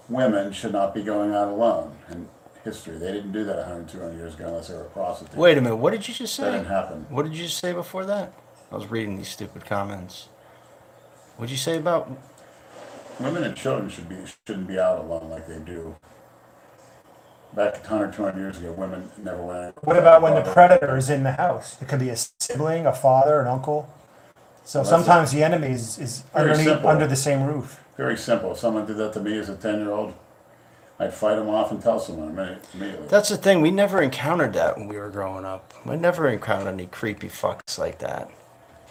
women should not be going out alone in history. They didn't do that 100, 200 years ago unless they were a prostitute.
Wait a minute. What did you just
That
say?
didn't happen.
What did you say before that? I was reading these stupid comments. What'd you say about
Women and children should be shouldn't be out alone like they do. Back 100, 200 years ago, women never went. out.
what about when the predator is in the house? It could be a sibling, a father, an uncle. So
that's
sometimes the enemy is, is
Very
underneath,
simple.
under the same roof.
Very simple. If someone did that to me as a 10 year old, I'd fight them off and tell someone imme- immediately.
That's the thing. We never encountered that when we were growing up. We never encountered any creepy fucks like that.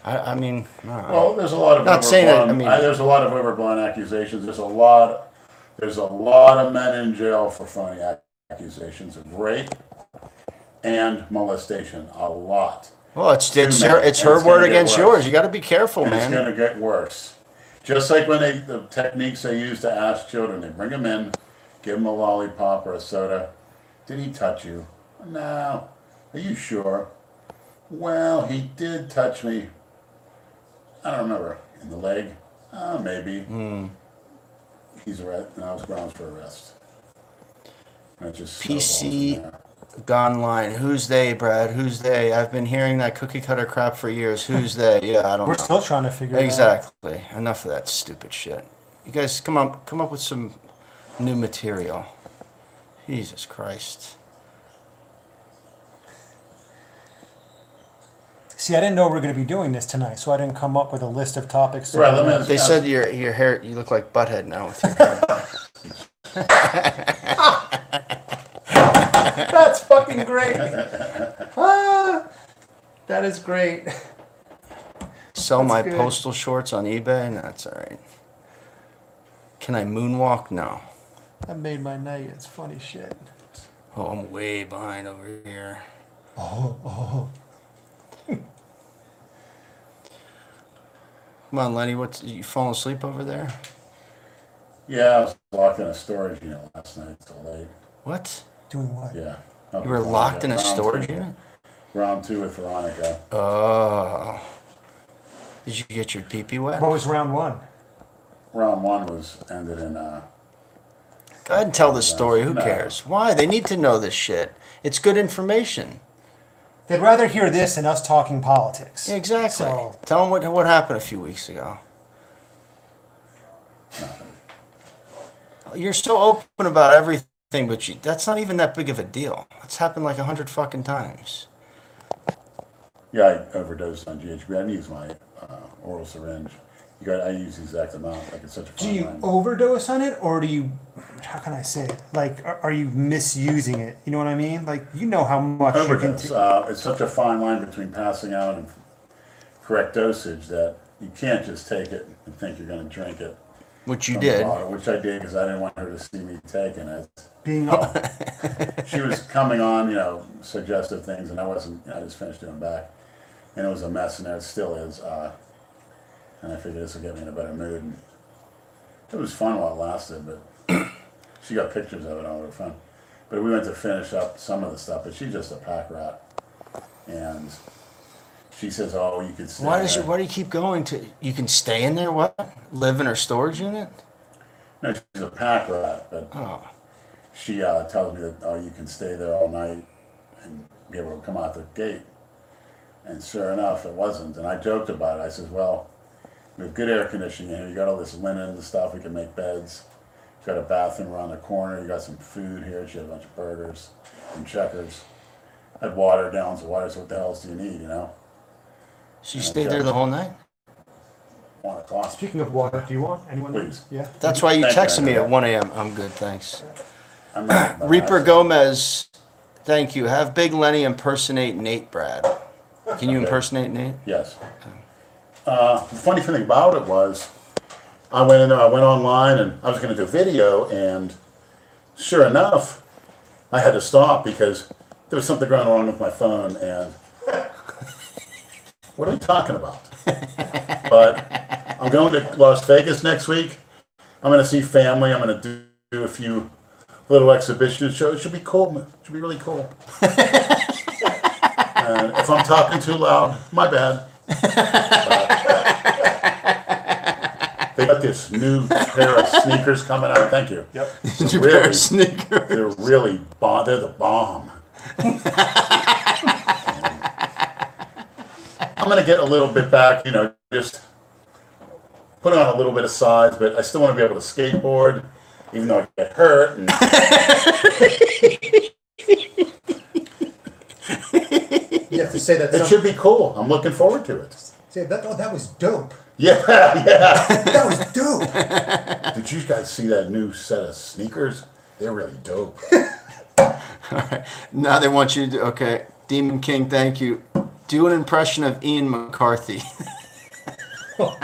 I, I mean,
well, Oh, there's a lot of
Not saying that,
overblown-
I mean-
there's a lot of overblown accusations. There's a lot. There's a lot of men in jail for phony ac- accusations of rape and molestation. A lot.
well, it's it's
Too
her,
many.
it's her
It's gonna
word
get
against
worse.
yours. You got to be careful,
And
man.
It's going to get worse. Just like when they, the techniques they use to ask children, they bring them in, give them a lollipop or a soda. Did he touch you? No. Are you sure? Well, he did touch me. I don't remember. In the leg? Uh, maybe.
Hmm.
He's arrest, and I was grounds for arrest. And it just snowballs from
PC
there.
gone line. Who's they, Brad? Who's they? I've been hearing that cookie cutter crap for years. Who's they? Yeah, I don't
We're
know.
still trying to figure it out.
Exactly. Enough of that stupid shit. You guys come up come up with some new material. Jesus Christ.
See, I didn't know we were going to be doing this tonight, so I didn't come up with a list of topics.
Right, let me ask-
They
ask-
said your your hair you look like butthead now with your hair.
That's fucking great. ah, that is great.
Sell my
good.
postal shorts on eBay? No, that's all right. Can I moonwalk? No.
That made my night. It's funny shit.
Oh, I'm way behind over here. Come on, Lenny. What's you falling asleep over there?
Yeah, I was locked in a storage unit last night till late.
What?
Doing what?
Oh, Yeah.
You were locked in a
Round
storage
two.
unit?
Round two with Veronica.
Oh. Did you get your pee pee wet?
What was round one?
round one was ended in uh
Go ahead and tell this story. Who
No.
cares? Why? They need to know this shit. It's good information.
They'd rather hear this than us talking politics.
Exactly.
So,
Tell them what, what happened a few weeks ago. You're so open about everything, but you, that's not even that big of a deal. It's happened like a hundred fucking times.
yeah i overdosed on ghb i didn't use my uh, oral syringe You got, I use the exact amount, like it's such a
Do
fine
you
line.
overdose on it, or do you? How can I say it? Like, are, are you misusing it? You know what I mean? Like, you know how much you can
Overdose,
take.
uh, it's such a fine line between passing out and correct dosage that you can't just take it and think you're gonna drink it.
Which you
from the
did.
bottle, Which I did, because I didn't want her to see me taking it.
being up.
she was coming on, you know, suggestive things, and I wasn't. I just finished doing back, and it was a mess, and it still is. Uh, and I figured this will get me in a better mood. And it was fun while it lasted, but she got pictures of it on her phone. But we went to finish up some of the stuff, but she's just a pack rat, and she says, "Oh, you could stay."
Why does it,
there."
why do you keep going to? You can stay in there. What? Live in her storage unit?
No, she's a pack rat, but
Oh,
she uh, tells me that oh you can stay there all night and be able to come out the gate and sure enough it wasn't and i joked about it i says well we have good air conditioning here you got all this linen and stuff we can make beds you got a bathroom around the corner you got some food here she had a bunch of burgers and checkers I had water gallons of water so what the hell else do you need you know
so you stayed there the whole night?
one o'clock
Speaking of water, do you want anyone?
Please.
Yeah.
That's why you
Thank you,
texted me
Andrew.
at 1 a.m. I'm good, thanks.
I'm not-
Reaper Gomez, thank you. Have Big Lenny impersonate Nate, Brad. Can you impersonate Nate?
Yes. Uh, the funny thing about it was, I went in there, I went online, and I was going to do video, and sure enough, I had to stop because there was something going on with my phone, and what are we talking about? but I'm going to Las Vegas next week. I'm going to see family. I'm going to do, do a few little exhibition shows. It should be cool. man. It should be really cool. and if I'm talking too loud, my bad. They got this new pair of sneakers coming out. Thank you. Yep.
Your pair
Really,
of sneakers.
they're really bomb. They're the bomb. I'm gonna get a little bit back. You know, just put on a little bit of sides, but I still want to be able to skateboard, even though I get hurt. And
You have to say that.
it should be cool. I'm looking forward to it.
say that. Oh, that was dope.
Yeah, yeah.
That was dope.
Did you guys see that new set of sneakers? They're really dope.
Now they want you to, okay. Demon King, thank you. Do an impression of Ian McCarthy.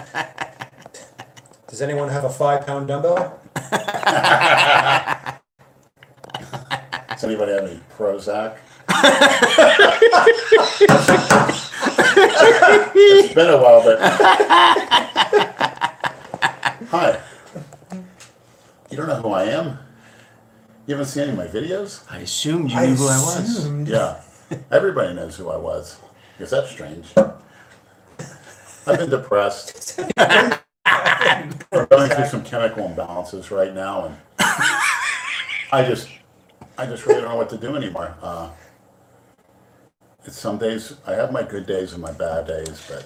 Does anyone have a five pound dumbbell?
Does anybody have any Prozac? it's been a while, but hi. You don't know who I am. You haven't seen any of my videos.
I assumed you knew who I was.
Yeah, everybody knows who I was. Is that strange? I've been depressed. We're going through some chemical imbalances right now, and I just, I just really don't know what to do anymore. Uh, it's some days I have my good days and my bad days, but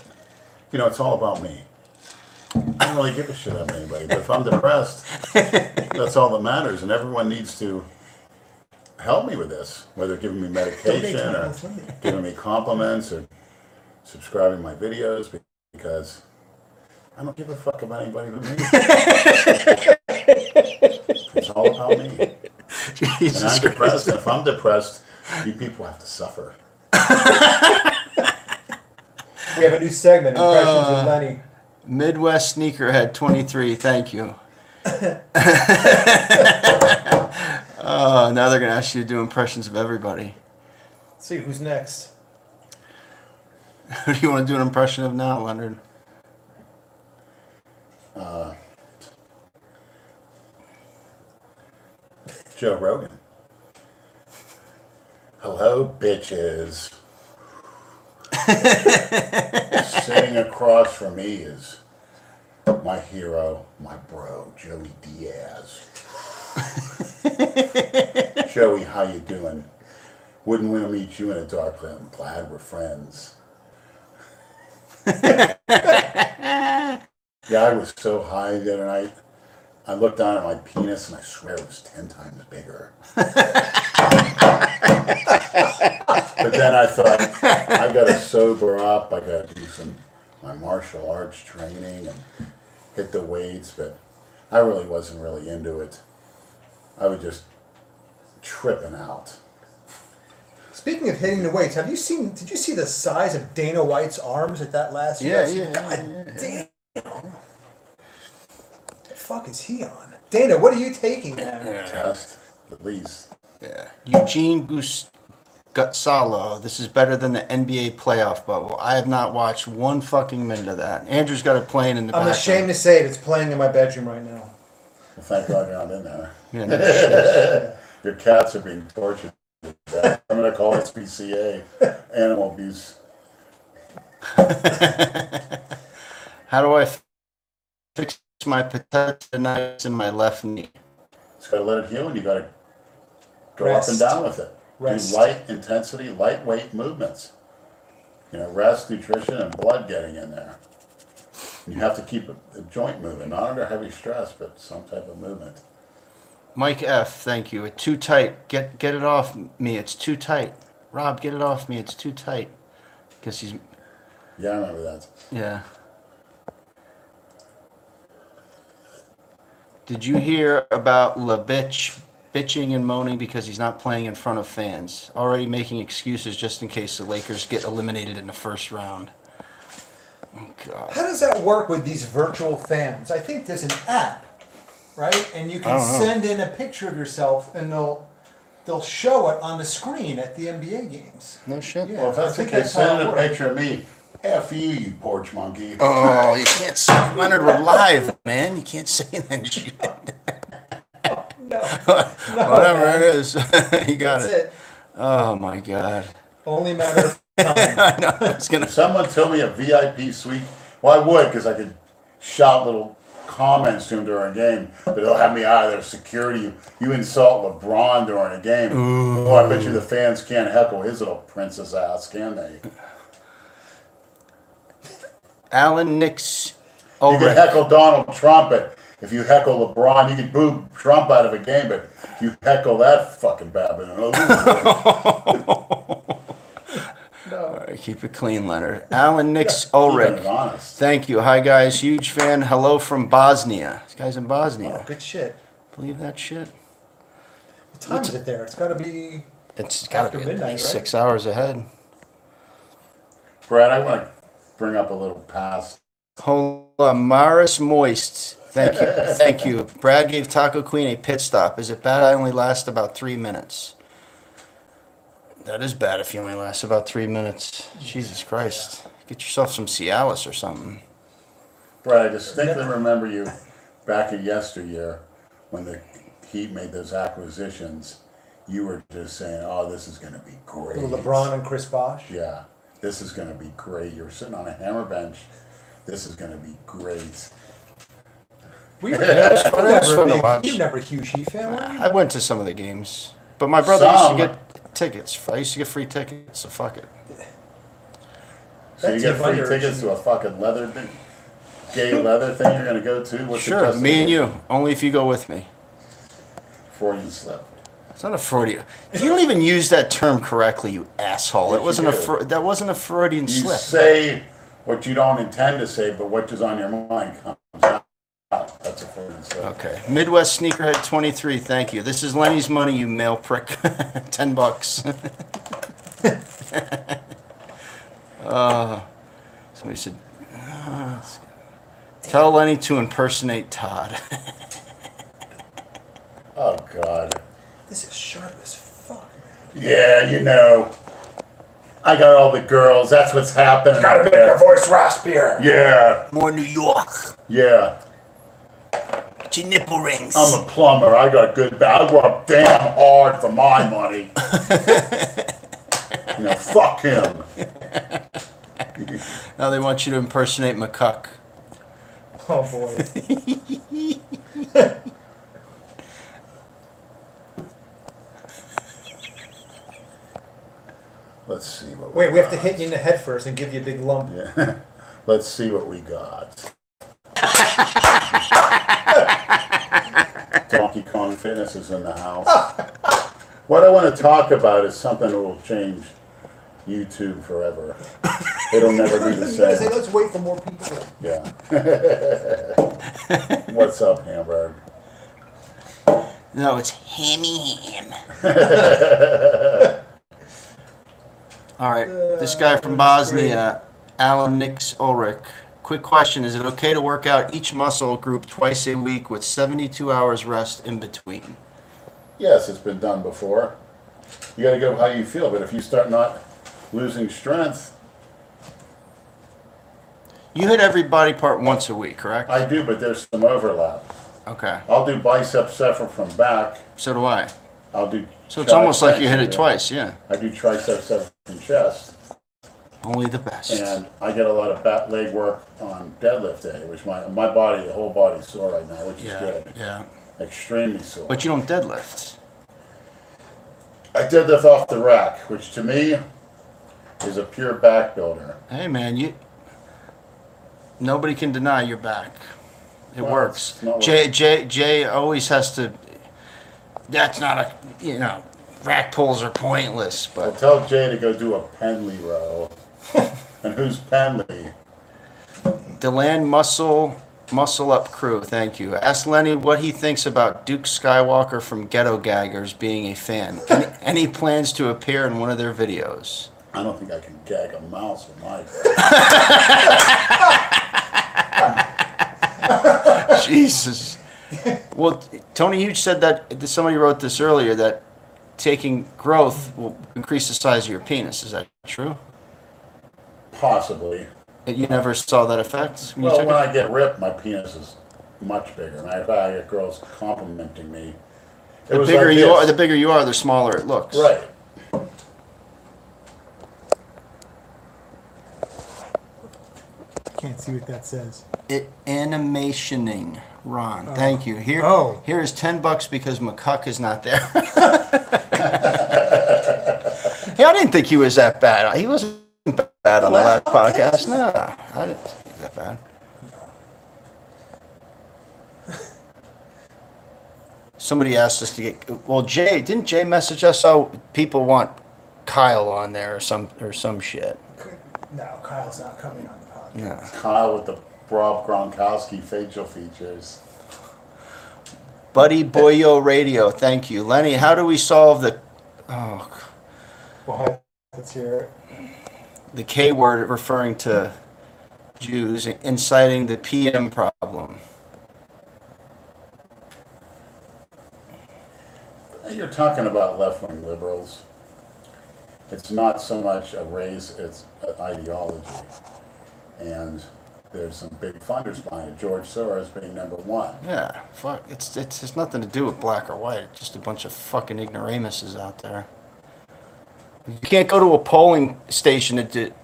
you know, it's all about me. I don't really give a shit about anybody, but if I'm depressed, that's all that matters, and everyone needs to help me with this, whether giving me medication or giving me compliments or subscribing to my videos be- because I don't give a fuck about anybody but me. it's all about me. And
Jesus
I'm
Christ.
depressed. and If I'm depressed, you people have to suffer.
We have a new segment. Impressions with Lenny.
Midwest Sneakerhead 23, thank you. oh, now they're going to ask you to do impressions of everybody.
Let's see who's next.
Who do you want to do an impression of now, Leonard?
Joe Rogan. Hello, bitches. Sitting across from me is my hero, my bro, Joey Diaz. Joey, how you doing? Wouldn't want to meet you in a dark club. I'm glad we're friends. yeah, I was so high the other night. I looked down at my penis and I swear it was 10 times bigger. but then I thought, I got to sober up. I got to do some my martial arts training and hit the weights, but I really wasn't really into it. I was just tripping out.
Speaking of hitting the weights, have you seen? Did you see the size of Dana White's arms at that last?
Yeah,
UFC?
yeah, yeah,
God damn. What the fuck is he on? Dana, what are you taking? man?
Just at least.
Eugene Gus- Gutsalo. This is better than the NBA playoff bubble. I have not watched one fucking minute of that. Andrew's got a plane in the
I'm
background.
ashamed to say it, it's playing in my bedroom right now.
Well, thank God you're not in there.
Yeah, no shit.
Your cats are being tortured. I'm going to call SPCA animal abuse.
How do I fix my petechitis in my left knee?
It's got to let it heal, and you got to go up
Rest.
and down with it.
Rest.
Do light intensity, lightweight movements. You know, rest, nutrition, and blood getting in there. You have to keep the joint moving, not under heavy stress, but some type of movement.
Mike F, thank you. It's too tight. Get get it off me. It's too tight. Rob, get it off me. It's too tight. Because he's
Yeah, I remember that.
yeah. Did you hear about La Bitch bitching and moaning because he's not playing in front of fans? Already making excuses just in case the Lakers get eliminated in the first round. Oh God.
How does that work with these virtual fans? I think there's an app, right? And you can send in a picture of yourself, and they'll they'll show it on the screen at the NBA games.
No shit.
Yeah.
Well, if
I
that's the
think that's
case,
how
send
it
in a
works.
picture of me. E. F you, you porch monkey.
Oh, you can't say Leonard. We're live, man. You can't say that shit. Whatever it is, you got
That's
it.
it.
Oh my god.
Only matter of time.
No, it's gonna.
If someone told me a VIP suite, well, I would, because I could shout little comments to him during a game, but they'll have me out of there. Security, you, you insult LeBron during a game. Oh, I bet you the fans can't heckle his little princess ass, can they?
Alan Nix.
You could
Ulrich.
heckle Donald Trump, but if you heckle LeBron, you could boo Trump out of a game, but if you heckle that fucking baboon. oh,
All right, keep it clean, Leonard. Alan Nix.
keeping it
Ulrich.
honest.
Thank you. Hi guys, huge fan. Hello from Bosnia. This guy's in Bosnia.
Good shit.
Believe that shit.
What time is it there? It's got to be.
It's gotta
After
be
midnight, right?
six hours ahead.
Brad, I want to bring up a little past
Hola, Maris Moist. Thank you. Thank you. Brad gave Taco Queen a pit stop. Is it bad I only last about three minutes? That is bad if you only last about three minutes. Jesus Christ. Get yourself some Cialis or something.
Brad, I distinctly remember you back in yesteryear when the Heat made those acquisitions. You were just saying, "Oh, this is going to be great."
Little LeBron and Chris Bosh.
Yeah, this is going to be great. You're sitting on a hammer bench. This is going to be great.
We were never, we
That's
were
fun to
never,
watch.
big, you never a huge Heat fan, were you?
I went to some of the games, but my brother
Some.
used to get tickets. I used to get free tickets, so fuck it.
So
That's
you get
even
free
underachieving.
tickets to a fucking leather, thing- gay leather thing you're going to go to. What's the
Sure,
best
me and
thing?
you. Only if you go with me.
Freudian slip.
It's not a Freudian. You don't even use that term correctly, you asshole. It
you
wasn't a
do.
Fre- that wasn't a Freudian
You
slip.
say what you don't intend to say, but what is on your mind comes out. That's a Freudian slip.
Okay. Midwest Sneakerhead 23, thank you. This is Lenny's money, you male prick. 10 bucks. uh, Uh, somebody said, uh, let's- tell Lenny to impersonate Todd.
Oh God.
This is sharp as fuck, man.
Yeah, you know. I got all the girls. That's what's happening. Gotta make your voice raspier. Yeah,
More New York.
yeah.
Your nipple rings.
I'm a plumber. I got good. ba- I work damn hard for my money. you know, fuck him.
now they want you to impersonate McCuck.
Oh boy.
Let's see what.
Wait, we have to hit you in the head first and give you a big lump.
Yeah. Let's see what we got. Donkey Kong Fitness is in the house. what I want to talk about is something that will change YouTube forever. It'll never be the
I say,
same.
let's wait for more people.
Yeah. What's up, Hamburg?
No, it's Hammy Ham. All right, this guy from Bosnia, Alan Nix Ulrich. Quick question: Is it okay to work out each muscle group twice a week with 72 hours rest in between?
Yes, it's been done before. You got to go how you feel, but if you start not losing strength,
You hit every body part once a week, correct?
I do, but there's some overlap.
Okay,
I'll do biceps separate from back.
so do I.
I'll do.
So it's almost like you hit it
triceps.
twice, yeah.
I do triceps separate from chest,
Only the best.
and I get a lot of back leg work on deadlift day, which my my body, the whole body's sore right now, which is
Yeah,
good,
yeah.
extremely sore.
But you don't deadlift.
I did this off the rack, which to me is a pure back builder.
Hey, man, you. Nobody can deny your back. It
Well,
works.
it's not
Jay, Jay, Jay always has to. That's not a you know, rack pulls are pointless,
I'll
but
tell Jay to go do a Penley row. and who's Penley?
Deland muscle muscle up crew. Thank you. Ask Lenny what he thinks about Duke Skywalker from Ghetto Gaggers being a fan. Any, any plans to appear in one of their videos?
I don't think I can gag a mouse with my.
Jesus. Well, Tony Huge said that somebody wrote this earlier that taking growth will increase the size of your penis. Is that true?
Possibly.
That You never saw that effect? when you
Well,
took
when
it?
I get ripped, my penis is much bigger, and I, I get girls complimenting me. It
the
was
bigger
like
you are,
this.
the bigger you are, the smaller it looks.
right.
Can't see what that says.
It animationing, Ron. Thank you. Here,
Oh.
here is ten bucks because McCuck is not there. yeah, I didn't think he was that bad. He wasn't bad on the last podcast. No, I didn't think he was that bad. Somebody asked us to get. Well, Jay didn't Jay message us? Oh, people want Kyle on there or some or some shit.
No, Kyle's not coming on the podcast.
Yeah.
Kyle with the Rob Gronkowski facial features.
Buddy Boyo Radio, thank you. Lenny, how do we solve the oh, c-
Well, let's hear
the K word referring to Jews inciting the PM problem?
You're talking about left-wing liberals. It's not so much a race; it's an ideology, and there's some big funders behind it. George Soros being number one.
Yeah, fuck. It's it's it's nothing to do with black or white. It's just a bunch of fucking ignoramuses out there. You can't go to a polling station to do,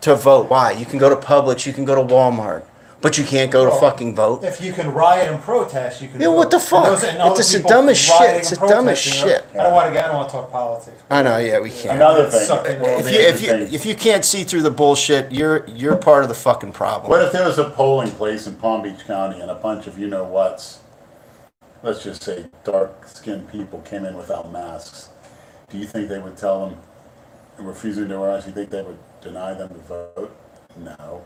to vote. Why? You can go to Publix, you can go to Walmart, but you can't go to fucking vote.
If you can riot and protest, you can.
Yeah, what
vote.
the fuck?
And those- and all
It's
the
the
people
dumbest shit.
rioting
It's
and
the dumbest
protesting,
shit.
I don't want to get. I don't want to talk politics.
I know. Yeah, we can't.
Another thing.
Something-
well,
if you, if you if you can't see through the bullshit, you're you're part of the fucking problem.
What if there was a polling place in Palm Beach County and a bunch of you know whats? Let's just say dark skinned people came in without masks. Do you think they would tell them refusing to wear masks? You think they would deny them to vote? No.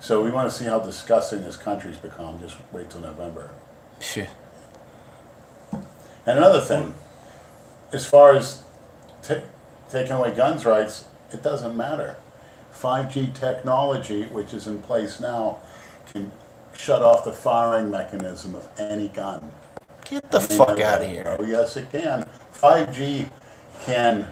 So we want to see how disgusting this country's become. Just wait till November.
Phew.
And another thing, as far as ta taking away guns rights, it doesn't matter. 5G technology, which is in place now, can shut off the firing mechanism of any gun.
Get the fuck out of here.
Oh, yes, it can. 5G can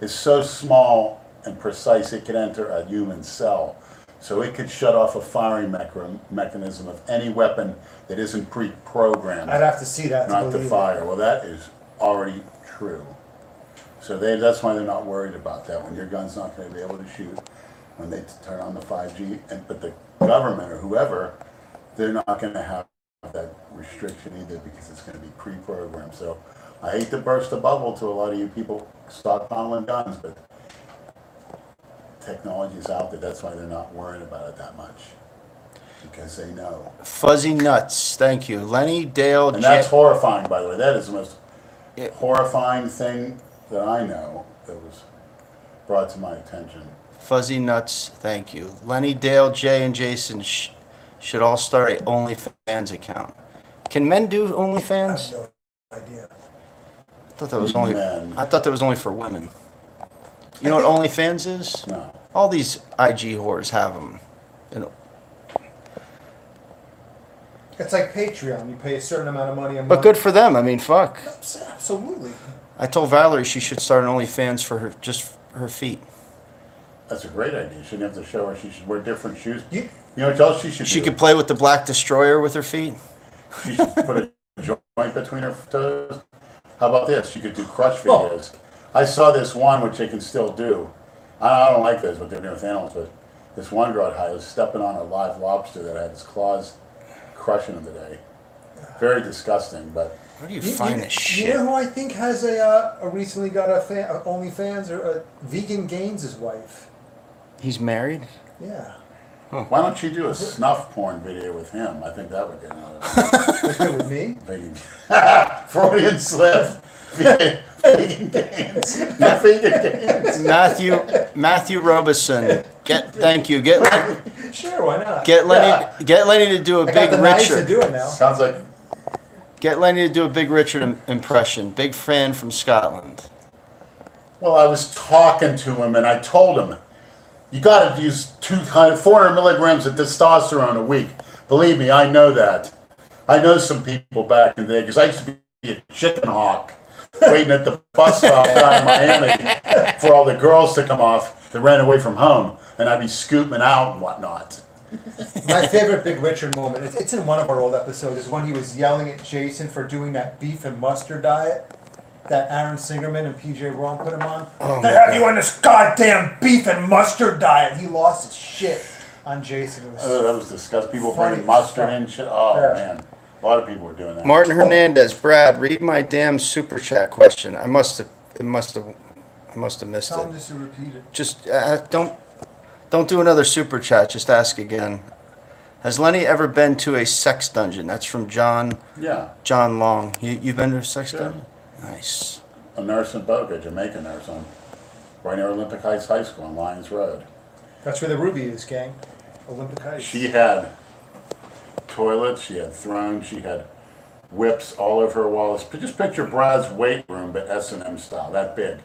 is so small and precise it can enter a human cell. So it could shut off a firing mechan- mechanism of any weapon that isn't pre-programmed
I'd have to see that to
not the
believe. it.
fire. Well, that is already true. So they, that's why they're not worried about that, when your gun's not gonna be able to shoot, when they turn on the five G, and, but the government or whoever, they're not gonna have that restriction either, because it's gonna be pre-programmed, so I hate to burst the bubble to a lot of you people stockpiling guns, but technology's out there, that's why they're not worried about it that much, because they know.
Fuzzy nuts. Thank you, Lenny Dale.
And that's
Jan-
horrifying, by the way. That is the most
Yeah.
horrifying thing that I know. That was brought to my attention.
Fuzzy Nuts, thank you. Lenny, Dale, Jay, and Jason sh- should all start a OnlyFans account. Can men do OnlyFans?
No idea.
I thought that was only.
Men.
I thought that was only for women. You know what OnlyFans is?
No.
All these IG whores have them. And
It's like Patreon. You pay a certain amount of money a month.
But good for them. I mean, fuck.
Absolutely.
I told Valerie she should start an OnlyFans for her just her feet.
That's a great idea. You shouldn't have to show her. She should wear different shoes.
You-
You know what else she should
She
do?
could play with the Black Destroyer with her feet.
She should put a joint between her toes. How about this? She could do crutch
Oh.
videos. I saw this one, which they can still do. I I don't like those, what they're doing with animals, but this one girl I was stepping on a live lobster that had its claws crushing him today. Very disgusting, but
Where do you, find this shit?
You know who I think has a, uh, a recently got a fan, uh, OnlyFans or uh Vegan Gaines' wife.
He's married.
Yeah.
why don't you do a snuff porn video with him? I think that would get another
That's good with me.
vegan. Freudian slip. Vegan dance. Not vegan dance.
Matthew Matthew Robeson. Get thank you. Get Len-
Sure, why not?
get Lenny get Lenny to do a
I got
big
the knives to
Richard.
do it now.
Sounds like
Get Lenny to do a big Richard im- impression. Big fan from Scotland.
Well, I was talking to him and I told him, you got to use two kind 400 milligrams of testosterone a week. Believe me, I know that. I know some people back in the day because I used to be a chicken hawk waiting at the bus stop down in Miami for all the girls to come off that ran away from home, and I'd be scooping out and whatnot.
My favorite Big Richard moment, it's, it's in one of our old episodes, is when he was yelling at Jason for doing that beef and mustard diet that Aaron Singerman and PJ Ron put him on.
Oh
they have you on this goddamn beef and mustard diet. He lost his shit on Jason. It was
Oh, that was disgusting. People
Funny.
bringing mustard and shit. Oh
Yeah.
man, a lot of people were doing that.
Martin Hernandez, Brad, read my damn super chat question. I must have it must have I must have missed
Tell him
it.
just to repeat it.
Just uh, don't don't do another super chat. Just ask again. Has Lenny ever been to a sex dungeon? That's from John
yeah,
John Long. You you've been to a sex
Sure.
dungeon? Nice.
a nurse in Boca, Jamaican nurse, on right near Olympic Heights High School on Lyons Road.
That's where the ruby is, gang. Olympic Heights.
She had toilets, she had thrones, she had whips all over her walls. But Just picture Brad's weight room, but S and M style, that big.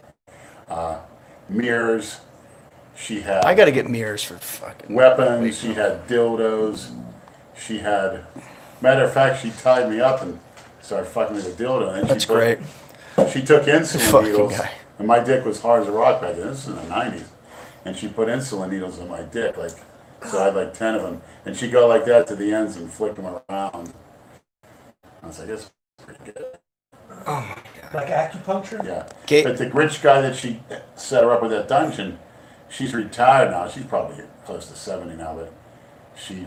Uh, mirrors. She had
I gotta get mirrors for fucking.
weapons. She had dildos. She had. Matter of fact, she tied me up and started fucking me with a dildo. And then
That's
she put-
great.
she took insulin
Fucking
needles,
guy.
and my dick was hard as a rock back then. This is in the '90s, and she put insulin needles in my dick, like so I had like ten of them, and she'd go like that to the ends and flick them around. I was like, "That's pretty good."
Like acupuncture?
Yeah.
Ga-
But the rich guy that she set her up with that dungeon, she's retired now. She's probably close to 70 now, but she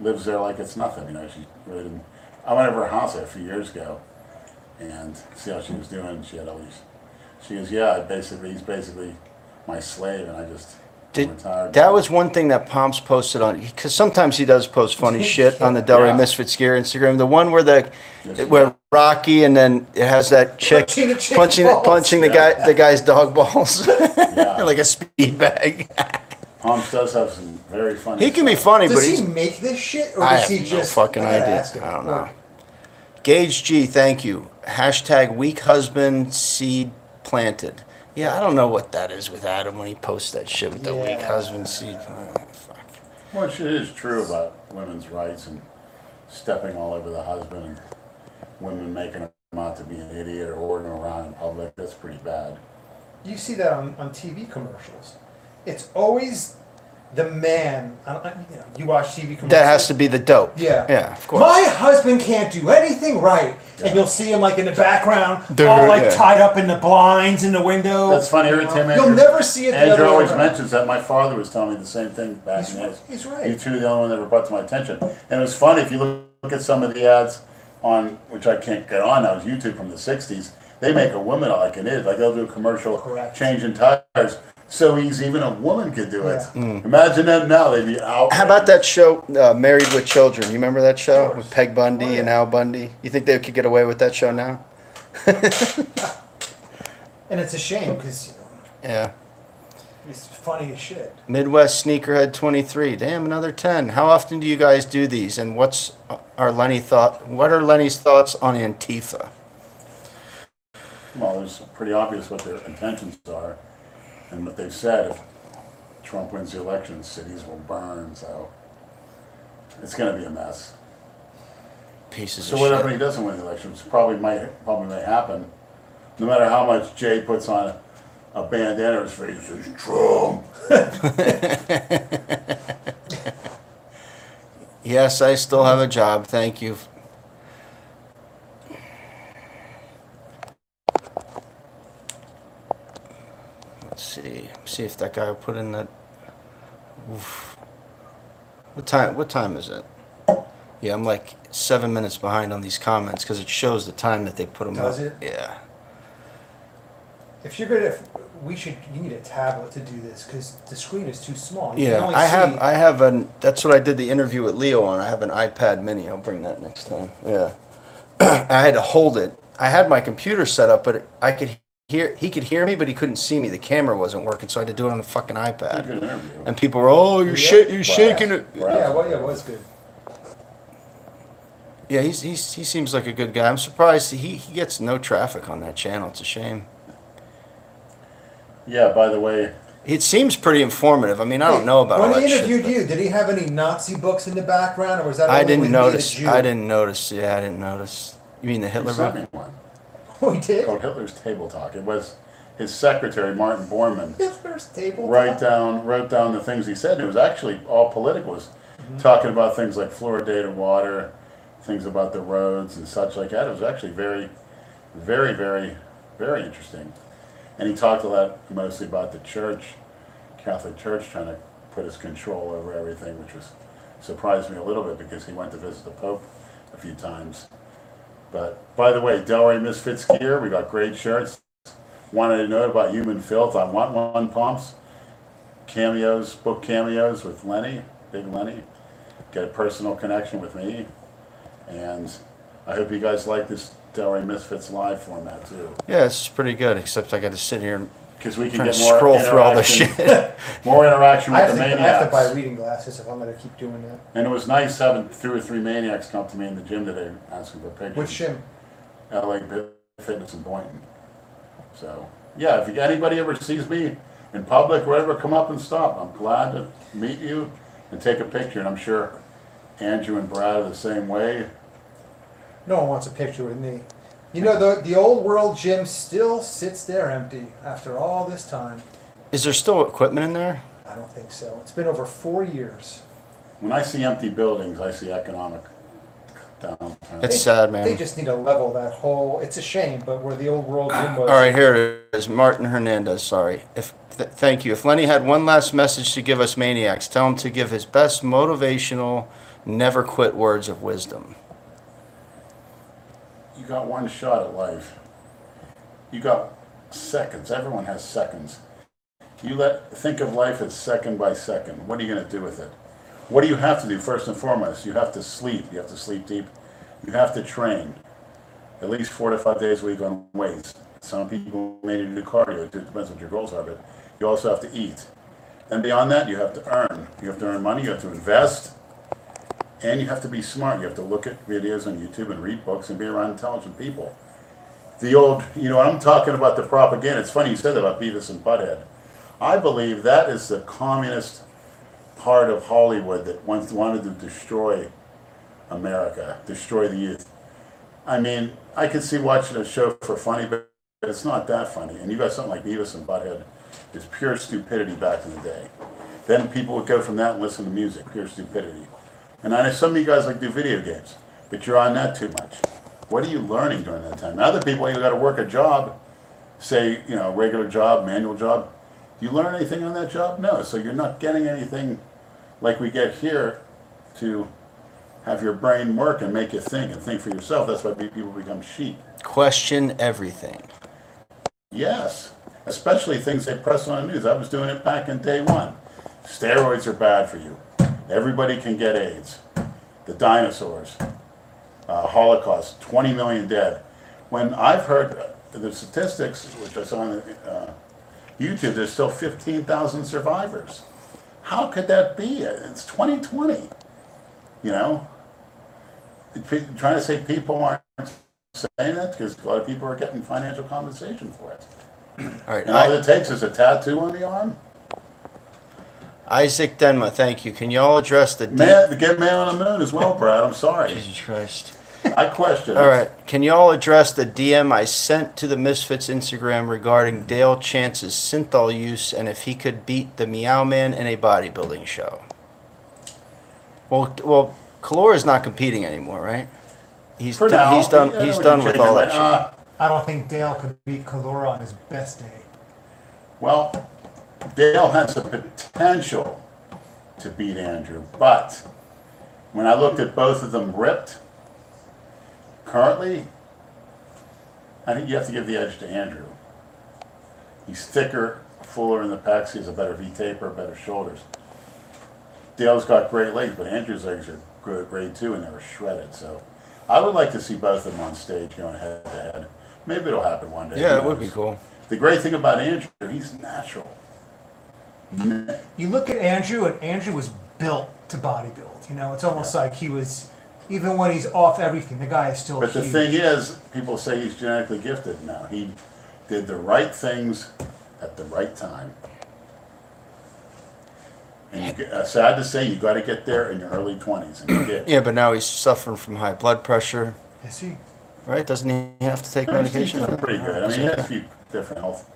lives there like it's nothing. You know, she really didn't. I went over her house a few years ago and see how she was doing. She had all these. She goes, Yeah, I basically, he's basically my slave, and I just.
Did,
retired.
that was one thing that Pomps posted on because sometimes he does post funny shit on the Delray
Yeah.
Misfits Gear Instagram. The one where the where Rocky and then it has that chick
Punching the chick's
punching
balls.
punching the guy the guy's dog balls
Yeah.
like a speed bag.
Holmes does have some very funny.
He can be
stuff.
funny, but
Does he
he's
make this shit, or
I
does
have
he
no
just?
fucking
I gotta
idea.
ask him.
I don't know. Gage G, thank you. Hashtag weak husband seed planted. Yeah, I don't know what that is with Adam when he posts that shit with the weak
Yeah.
husband seed. Oh, fuck.
Which is true about women's rights and stepping all over the husband and women making him out to be an idiot or ordering around in public. That's pretty bad.
You see that on, on TV commercials. It's always the man. I, don't- I, you, know, you watch TV commercials.
That has to be the dope.
Yeah.
Yeah, of course.
My husband can't do anything right, and you'll see him like in the background,
Dude,
all like
yeah.
tied up in the blinds in the window.
That's funny. Every time
You'll
Andrew-
never see it. the
Andrew
other way
always
around.
mentions that. My father was telling me the same thing back
He's
in the
right-
days.
he's right.
You two are the only one that ever brought to my attention. And it was funny if you look, look at some of the ads on which I can't get on now, it's YouTube from the '60s. They make a woman like an idiot. Like they'll do a commercial
Correct.
changing tires. So easy, even a woman could do it.
Yeah.
Imagine them now; they'd be
Mm.
out.
How about that show, uh, Married with Children? You remember that show with Peg Bundy
Oh,
and Al Bundy? You think they could get away with that show now?
and it's a shame because you know,
Yeah.
It's funny as shit.
Midwest Sneakerhead 23. Damn, another 10. How often do you guys do these? And what's our Lenny thought? What are Lenny's thoughts on Antifa?
Well, it's pretty obvious what their intentions are and what they've said. If Trump wins the election, cities will burn, so it's gonna be a mess.
Pieces
So
of
what if
shit.
he doesn't win the election? It's probably might, probably may happen. No matter how much Jay puts on a, a bandana, his face says Trump.
Yes, I still have a job. Thank you. Let's see. See if that guy put in that. Oof. What time? What time is it? Yeah, I'm like seven minutes behind on these comments because it shows the time that they put them
Does
up.
it?
Yeah.
If you're gonna, if we should, you need a tablet to do this because the screen is too small. You can
Yeah,
only
I have,
see-
I have an, that's what I did the interview with Leo on. I have an iPad mini. I'll bring that next time. Yeah. I had to hold it. I had my computer set up, but it- I could hear, he could hear me, but he couldn't see me. The camera wasn't working, so I had to do it on the fucking
Good
iPad.
interview.
And people were, oh, you're shit, you're shaking it.
Yeah, well, yeah, it was good.
Yeah, he's, he's, he seems like a good guy. I'm surprised he, he gets no traffic on that channel. It's a shame.
Yeah, by the way,
It seems pretty informative. I mean, I don't know about all
When he
that shit,
interviewed
but-
you, did he have any Nazi books in the background, or was that?
I
only
didn't
when he made a
notice.
Jew?
I didn't notice. Yeah, I didn't notice. You mean the Hitler
he
book?
sent me one
Oh, he did.
called Hitler's Table Talk. It was his secretary Martin Bormann
Hitler's table.
write down wrote down the things he said. And it was actually all political. It was talking about things like fluoridated water, things about the roads and such like that. It was actually very, very, very, very interesting. And he talked a lot mostly about the church, Catholic Church, trying to put his control over everything, which was surprised me a little bit because he went to visit the Pope a few times. But by the way, Delray Misfits gear, we got great shirts. Wanted to know about human filth. I want one pumps cameos, book cameos with Lenny, Big Lenny. Get a personal connection with me. And I hope you guys like this Delray Misfits live format too.
Yeah, it's pretty good, except I got to sit here and
Because we can
try to
get more
scroll through all this
interaction-
shit.
More interaction
I
with
have,
the
to, I have to buy
maniacs.
reading glasses if I'm gonna keep doing that.
And it was nice having two or three maniacs come up to me in the gym today asking for pictures.
Which Jim?
LA Fitness in Boynton. So, yeah, if anybody ever sees me in public, wherever, come up and stop. I'm glad to meet you and take a picture. And I'm sure Andrew and Brad are the same way.
No one wants a picture with me. You know, the, the old world gym still sits there empty after all this time.
Is there still equipment in there?
I don't think so. It's been over four years.
When I see empty buildings, I see economic downturn.
It's sad,
They
man.
just need to level that whole. It's a shame, but where the old world gym
All
was.
right, here it is. Martin Hernandez. Sorry. If th- thank you. If Lenny had one last message to give us maniacs, tell him to give his best motivational, never quit words of wisdom.
You got one shot at life. You got seconds. Everyone has seconds. You let think of life as second by second. What are you going to do with it? What do you have to do first and foremost? You have to sleep. You have to sleep deep. You have to train at least four to five days a week on weights. Some people may need to do cardio. It depends what your goals are, but you also have to eat. And beyond that, you have to earn. You have to earn money. You have to invest. And you have to be smart. You have to look at videos on YouTube and read books and be around intelligent people. The old, you know, I'm talking about the propaganda. It's funny you said that about Beavis and Butthead. I believe that is the communist part of Hollywood that once wanted to destroy America, destroy the youth. I mean, I could see watching a show for funny, but it's not that funny. And you got something like Beavis and Butthead, it's pure stupidity back in the day. Then people would go from that and listen to music, pure stupidity. And I know some of you guys like do video games, but you're on that too much. What are you learning during that time? Other people, you got to work a job, say, you know, regular job, manual job. Do you learn anything on that job? No. So you're not getting anything like we get here to have your brain work and make you think and think for yourself. That's why people become sheep.
Question everything.
Yes, especially things they press on the news. I was doing it back in day one. Steroids are bad for you. Everybody can get AIDS. The dinosaurs, uh, Holocaust, 20 million dead. When I've heard the statistics, which I saw in the uh, YouTube, there's still 15,000 survivors. How could that be? It's 2020. You know? Pe- Trying to say people aren't saying that because a lot of people are getting financial compensation for it.
All right,
And all
I-
it takes is a tattoo on the arm.
Isaac Denma, thank you. Can y'all address the deep?
Man, get man on the moon as well, Brad. I'm sorry.
Jesus Christ.
I question. it.
All right, can y'all address the DM I sent to the Misfits Instagram regarding Dale Chance's synthol use and if he could beat the Meow Man in a bodybuilding show? Well, well, Kalora's not competing anymore, right? He's
For
d-
now,
he's done.
yeah,
He's
we
done
can
with
change
all
it.
that shit.
Uh,
I don't think Dale could beat Kalora on his best day.
Well, Dale has the potential to beat Andrew, but when I looked at both of them ripped, currently, I think you have to give the edge to Andrew. He's thicker, fuller in the pecs, he has a better V taper, better shoulders. Dale's got great legs, but Andrew's legs are gr- great too, and they were shredded. So I would like to see both of them on stage going head to head. Maybe it'll happen one day.
Yeah,
who
it would be
knows?
cool.
The great thing about Andrew, he's natural.
Oh,
You look at Andrew, and Andrew was built to bodybuild. You know, it's almost like he was, even when he's off everything, the guy is still
But the
huge.
thing is, people say he's genetically gifted now. He did the right things at the right time. And you, get- uh, sad to say, you got to get there in your early 20s, and you did.
Yeah, but now he's suffering from high blood pressure,
Is he?
right? Doesn't he have to take
He's
medication?
doing pretty good. I mean, he had a few different health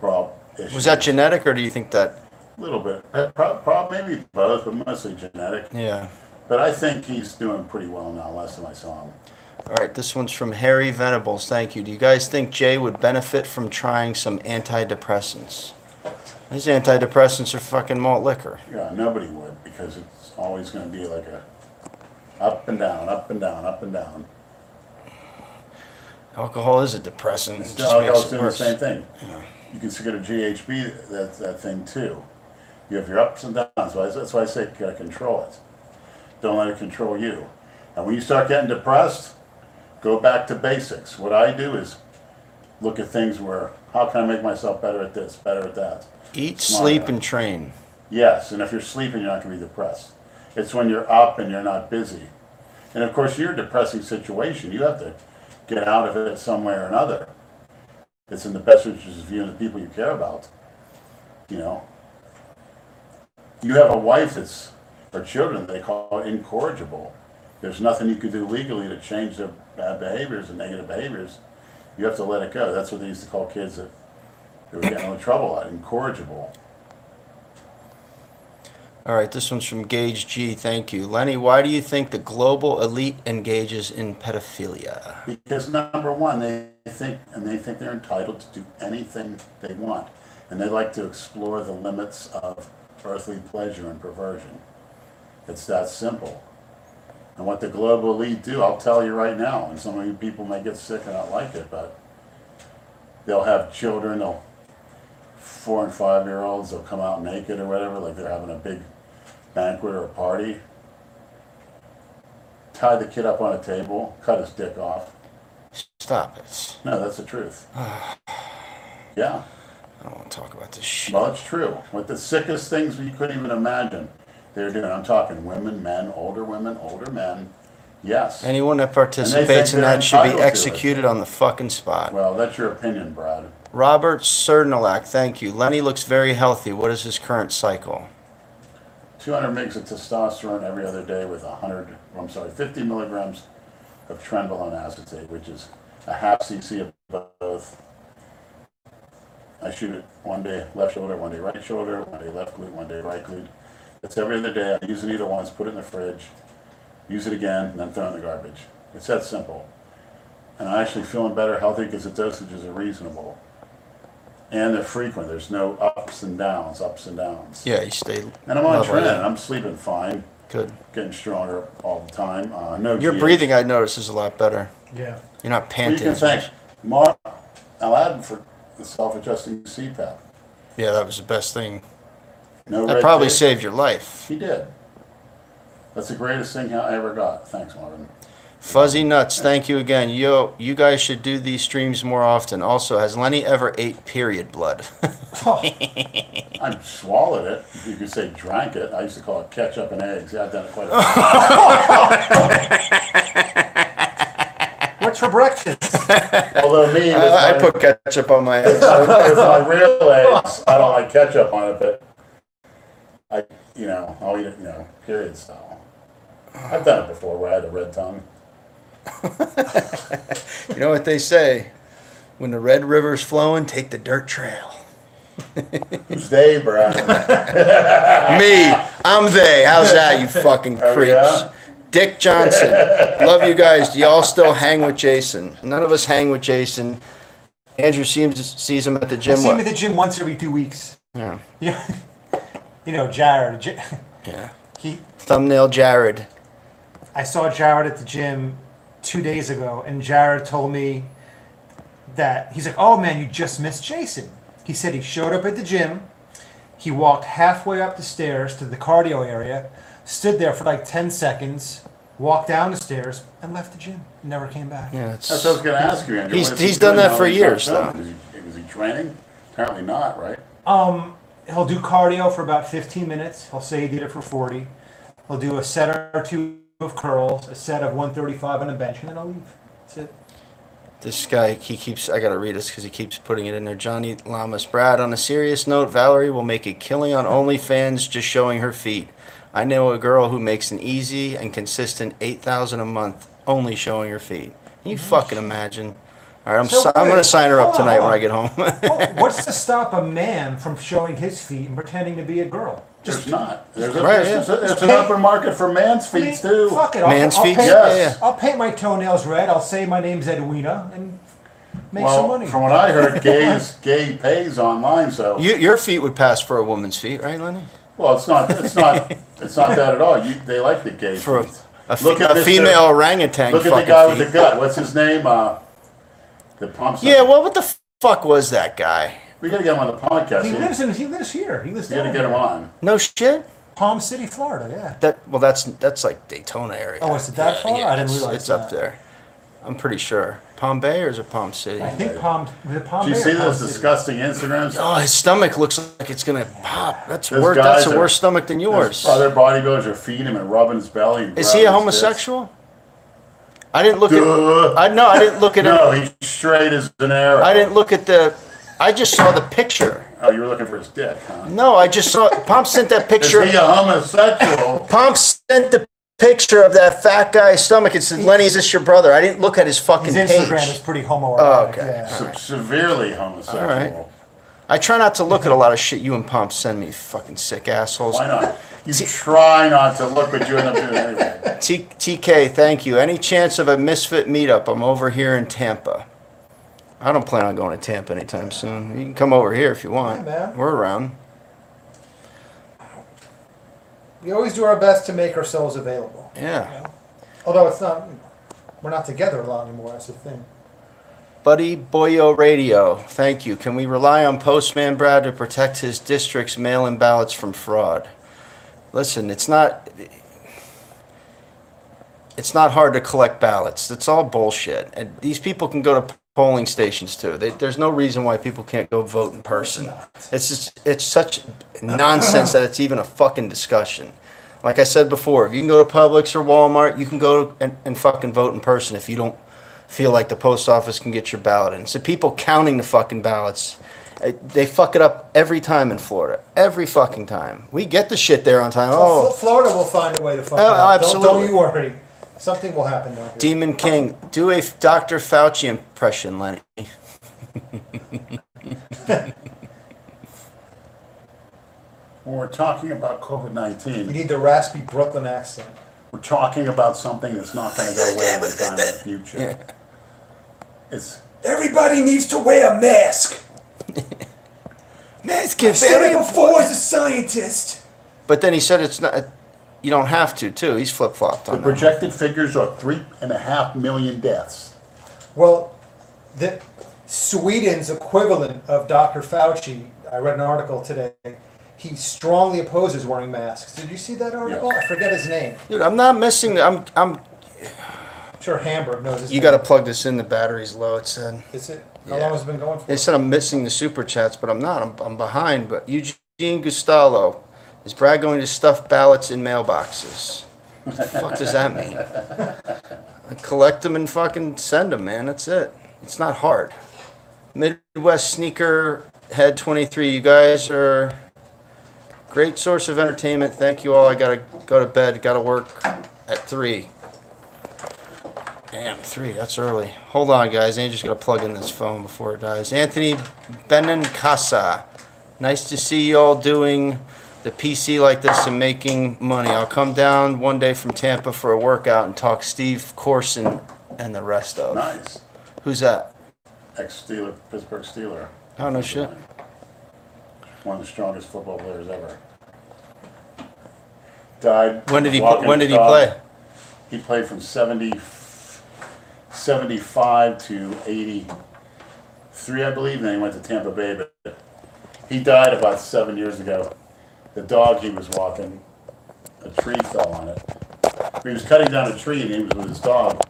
prob issues.
Was that genetic, or do you think that?
A little bit. Uh, Prob, prob, maybe both, but mostly genetic.
Yeah.
But I think he's doing pretty well now, last time I saw him.
All right, this one's from Harry Venables. Thank you. Do you guys think Jay would benefit from trying some antidepressants? These antidepressants are fucking malt liquor.
Yeah, nobody would because it's always going to be like a up and down, up and down, up and down.
Alcohol is a depressant. It just
Alcohol's
makes it
doing the
worse.
same thing. You can still get a GHB, that, that thing too. You have your ups and downs. Why- That's why I say you got to control it. Don't let it control you. And when you start getting depressed, go back to basics. What I do is look at things where how can I make myself better at this, better at that.
Eat,
Smart
sleep,
enough.
and train.
Yes, and if you're sleeping, you're not going to be depressed. It's when you're up and you're not busy. And of course, you're a depressing situation. You have to get out of it some way or another. It's in the best interest of you and the people you care about. You know, you have a wife that's, or children, they call incorrigible. There's nothing you can do legally to change their bad behaviors and negative behaviors. You have to let it go. That's what they used to call kids that they were getting into trouble at, incorrigible.
All right, this one's from Gage G. Thank you. Lenny, why do you think the global elite engages in pedophilia?
Because number one, they think, and they think they're entitled to do anything they want. And they like to explore the limits of earthly pleasure and perversion. It's that simple. And what the global elite do, I'll tell you right now, and some of you people may get sick and not like it, but they'll have children, they'll, four and five year olds, they'll come out naked or whatever, like they're having a big banquet or a party. Tie the kid up on a table, cut his dick off,
Stop it.
no, that's the truth. yeah,
I don't want to talk about this shit.
well, it's true. With the sickest things we couldn't even imagine, they're doing. I'm talking women, men, older women, older men. Yes.
Anyone that
think
participates in
they're
that should be
entitled to it.
executed on the fucking spot.
well, that's your opinion, Brad.
Robert Cernalak, thank you. Lenny looks very healthy. What is his current cycle?
200 mgs of testosterone every other day with 100. I'm sorry, 50 milligrams of trenbolone acetate, which is a half cc of both. I shoot it one day left shoulder, one day right shoulder, one day left glute, one day right glute. It's every other day. I use it either once, put it in the fridge, use it again, and then throw it in the garbage. It's that simple. And I'm actually feeling better, healthy, because the dosages are reasonable. And they're frequent. There's no ups and downs, ups and downs.
Yeah, you stay.
And I'm on
level.
trend. I'm sleeping fine,
Good.
getting stronger all the time. Uh, no,
Your
GH.
breathing, I notice, is a lot better.
Yeah.
You're not
You
panting.
can
as much.
thank Mark Aladdin for the self-adjusting CPAP.
Yeah, that was the best thing.
No,
That
red
probably
tape.
saved your life.
He did. That's the greatest thing I ever got. Thanks, Marvin.
Fuzzy Nuts, thank you again. Yo, you guys should do these streams more often. Also, has Lenny ever ate period blood?
Oh,
I swallowed it. You could say drank it. I used to call it ketchup and eggs. Yeah, I've done it quite a bit.
What's for breakfast?
Although me, with
I, I
my,
put ketchup on my eggs.
with my real eggs, I don't like ketchup on it, but I, you know, I'll eat it, you know, period style. I've done it before where I had a red tongue.
You know what they say? When the Red River's flowing, take the dirt trail.
Who's they, Brad?
Me, I'm they. How's that, you fucking
Oh,
creeps?
yeah?
Dick Johnson, love you guys. Do y'all still hang with Jason? None of us hang with Jason. Andrew seems sees him at the
I
gym.
see him at
What?
the gym once every two weeks.
Yeah.
Yeah. you know, Jared. J-
yeah.
He,
Thumbnail Jared.
I saw Jared at the gym two days ago, and Jared told me that he's like, "Oh man, you just missed Jason." He said he showed up at the gym. He walked halfway up the stairs to the cardio area, stood there for like ten seconds, walked down the stairs, and left the gym. Never came back.
Yeah, it's-
That's what I was going to ask you, Andrew.
He's-
What is he
he's done
doing
that
now
for
he's
years,
not
though.
filming? Is he, is he training? Apparently not, right?
He'll do cardio for about 15 minutes. He'll say he did it for 40. He'll do a set or two of curls, a set of 135 on a bench, and then I'll leave. That's it.
This guy, he keeps. I gotta read this because he keeps putting it in there. Johnny Lamas, Brad. On a serious note, Valerie will make a killing on OnlyFans just showing her feet. I know a girl who makes an easy and consistent eight thousand a month only showing her feet. Can you
Mm-hmm.
fucking imagine? All right, I'm.
So
si- I'm gonna
wait,
sign her up
hold
tonight
on.
when I get home.
Well, Oh, what's to stop a man from showing his feet and pretending to be a girl?
There's not. There's, a,
Right,
there's,
yeah.
a- there's an upper market for man's
I
feet,
mean,
too.
Fuck it. I'll,
Man's
I'll
feet?
Paint,
Yeah, yeah.
I'll paint my toenails red. I'll say my name's Edwina and make some
Well,
money.
from what I heard, gays, gay pays online, so.
you, your feet would pass for a woman's feet, right, Lenny?
Well, it's not, it's not, it's not that at all. You, they like the gay
For a,
feet.
a, fe-
Look at
a
this, uh,
female orangutan.
Look at the
fucking
guy with
feet.
the gut. What's his name? Uh, the pumps.
Yeah. Well, what the fuck was that guy?
we gotta get him on the podcast.
he
We
lives in he lives here. He lives down
gotta get him
here.
on.
No shit.
Palm City, Florida. Yeah.
That well, that's that's like Daytona area.
Oh, is it that far? I didn't
it's-
realize
it's up
that.
there. I'm pretty sure. Palm Bay or is it Palm City?
I think Palm. was it Palm
Do you
Bay or
see
Palm
those
City?
disgusting Instagrams?
Oh, his stomach looks like it's gonna pop. That's
Those
worse. That's
guys
a
are-
worse stomach than yours.
Those Other bodybuilders are feeding him and rubbing his belly. and
Is he a
grabbing his
homosexual? I didn't look
Duh.
at. I no, I didn't look at.
tits. No, he's straight as an arrow.
I didn't look at the. I just saw the picture.
Oh, you were looking for his dick, huh?
No, I just saw. Pomp sent that
Is
picture.
he a homosexual?
Pomp sent the picture of that fat guy's stomach. It said, "Lenny, is this your brother?" I didn't look at his fucking
His
page.
Instagram is pretty homoerotic.
Oh, okay.
yeah.
Se- Severely homosexual.
All I try not to look at a lot of shit you and Pomp send me, fucking sick assholes.
Why not? You try not to look, but you end up doing it anyway.
T- TK, thank you. Any chance of a misfit meetup? I'm over here in Tampa. I don't plan on going to Tampa anytime soon. You can come over here if you want.
Yeah, man.
We're around.
We always do our best to make ourselves available.
Yeah.
Although it's not, we're not together a lot anymore. That's the thing.
Buddy Boyo Radio, thank you. Can we rely on Postman Brad to protect his district's mail in ballots from fraud? Listen, it's not. It's not hard to collect ballots. That's all bullshit. And these people can go to polling stations too. They, there's no reason why people can't go vote in person. It's just, it's such nonsense that it's even a fucking discussion. Like I said before, if you can go to Publix or Walmart, you can go and, and fucking vote in person if you don't feel like the post office can get your ballot in. So people counting the fucking ballots, eh, they fuck it up every time in Florida. Every fucking time. We get the shit there on time.
Well,
Oh,
Fl- Florida will find a way to find
Oh,
out. Don't- Don't,
absolutely.
you worry. Something will happen down here.
Demon King, do a f- Dr. Fauci impression, Lenny.
When we're talking about COVID 19,
you need the raspy Brooklyn accent.
We're talking about something that's not going to go away anytime in the future. It's
Everybody needs to wear a mask.
Mask gives
Said it before as a scientist.
But then he said it's not. You don't have to too. He's flip flopped
the
on that.
projected figures are three and a half million deaths.
Well, the Sweden's equivalent of Dr. Fauci, I read an article today. He strongly opposes wearing masks. Did you see that article? I forget his name.
Dude, I'm not missing. I'm. I'm.
sure Hamburg knows. his
You
name.
got to plug this in. The battery's low. It said.
Is it? How
Yeah.
long has it been going for?
They said I'm missing the super chats, but I'm not. I'm, I'm behind. But Eugene Gustalo, is Brad going to stuff ballots in mailboxes? What the fuck does that mean? I collect them and fucking send them, man. That's it. It's not hard. Midwest sneaker head 23. You guys are great source of entertainment. Thank you all. I gotta go to bed. Gotta work at three. Damn, three. That's early. Hold on, guys. I just gotta plug in this phone before it dies. Anthony Benincasa. Nice to see you all doing the PC like this and making money. I'll come down one day from Tampa for a workout and talk Steve Corson and the rest of.
Nice.
Who's that?
Ex-Steeler, Pittsburgh Steeler.
Oh no shit.
One of the strongest football players ever. Died.
When did he?
walking
When did
his
he
dog.
play?
He played from 70, 75 to 83, I believe, and then he went to Tampa Bay. But he died about seven years ago. The dog he was walking, a tree fell on it. He was cutting down a tree and he was with his dog,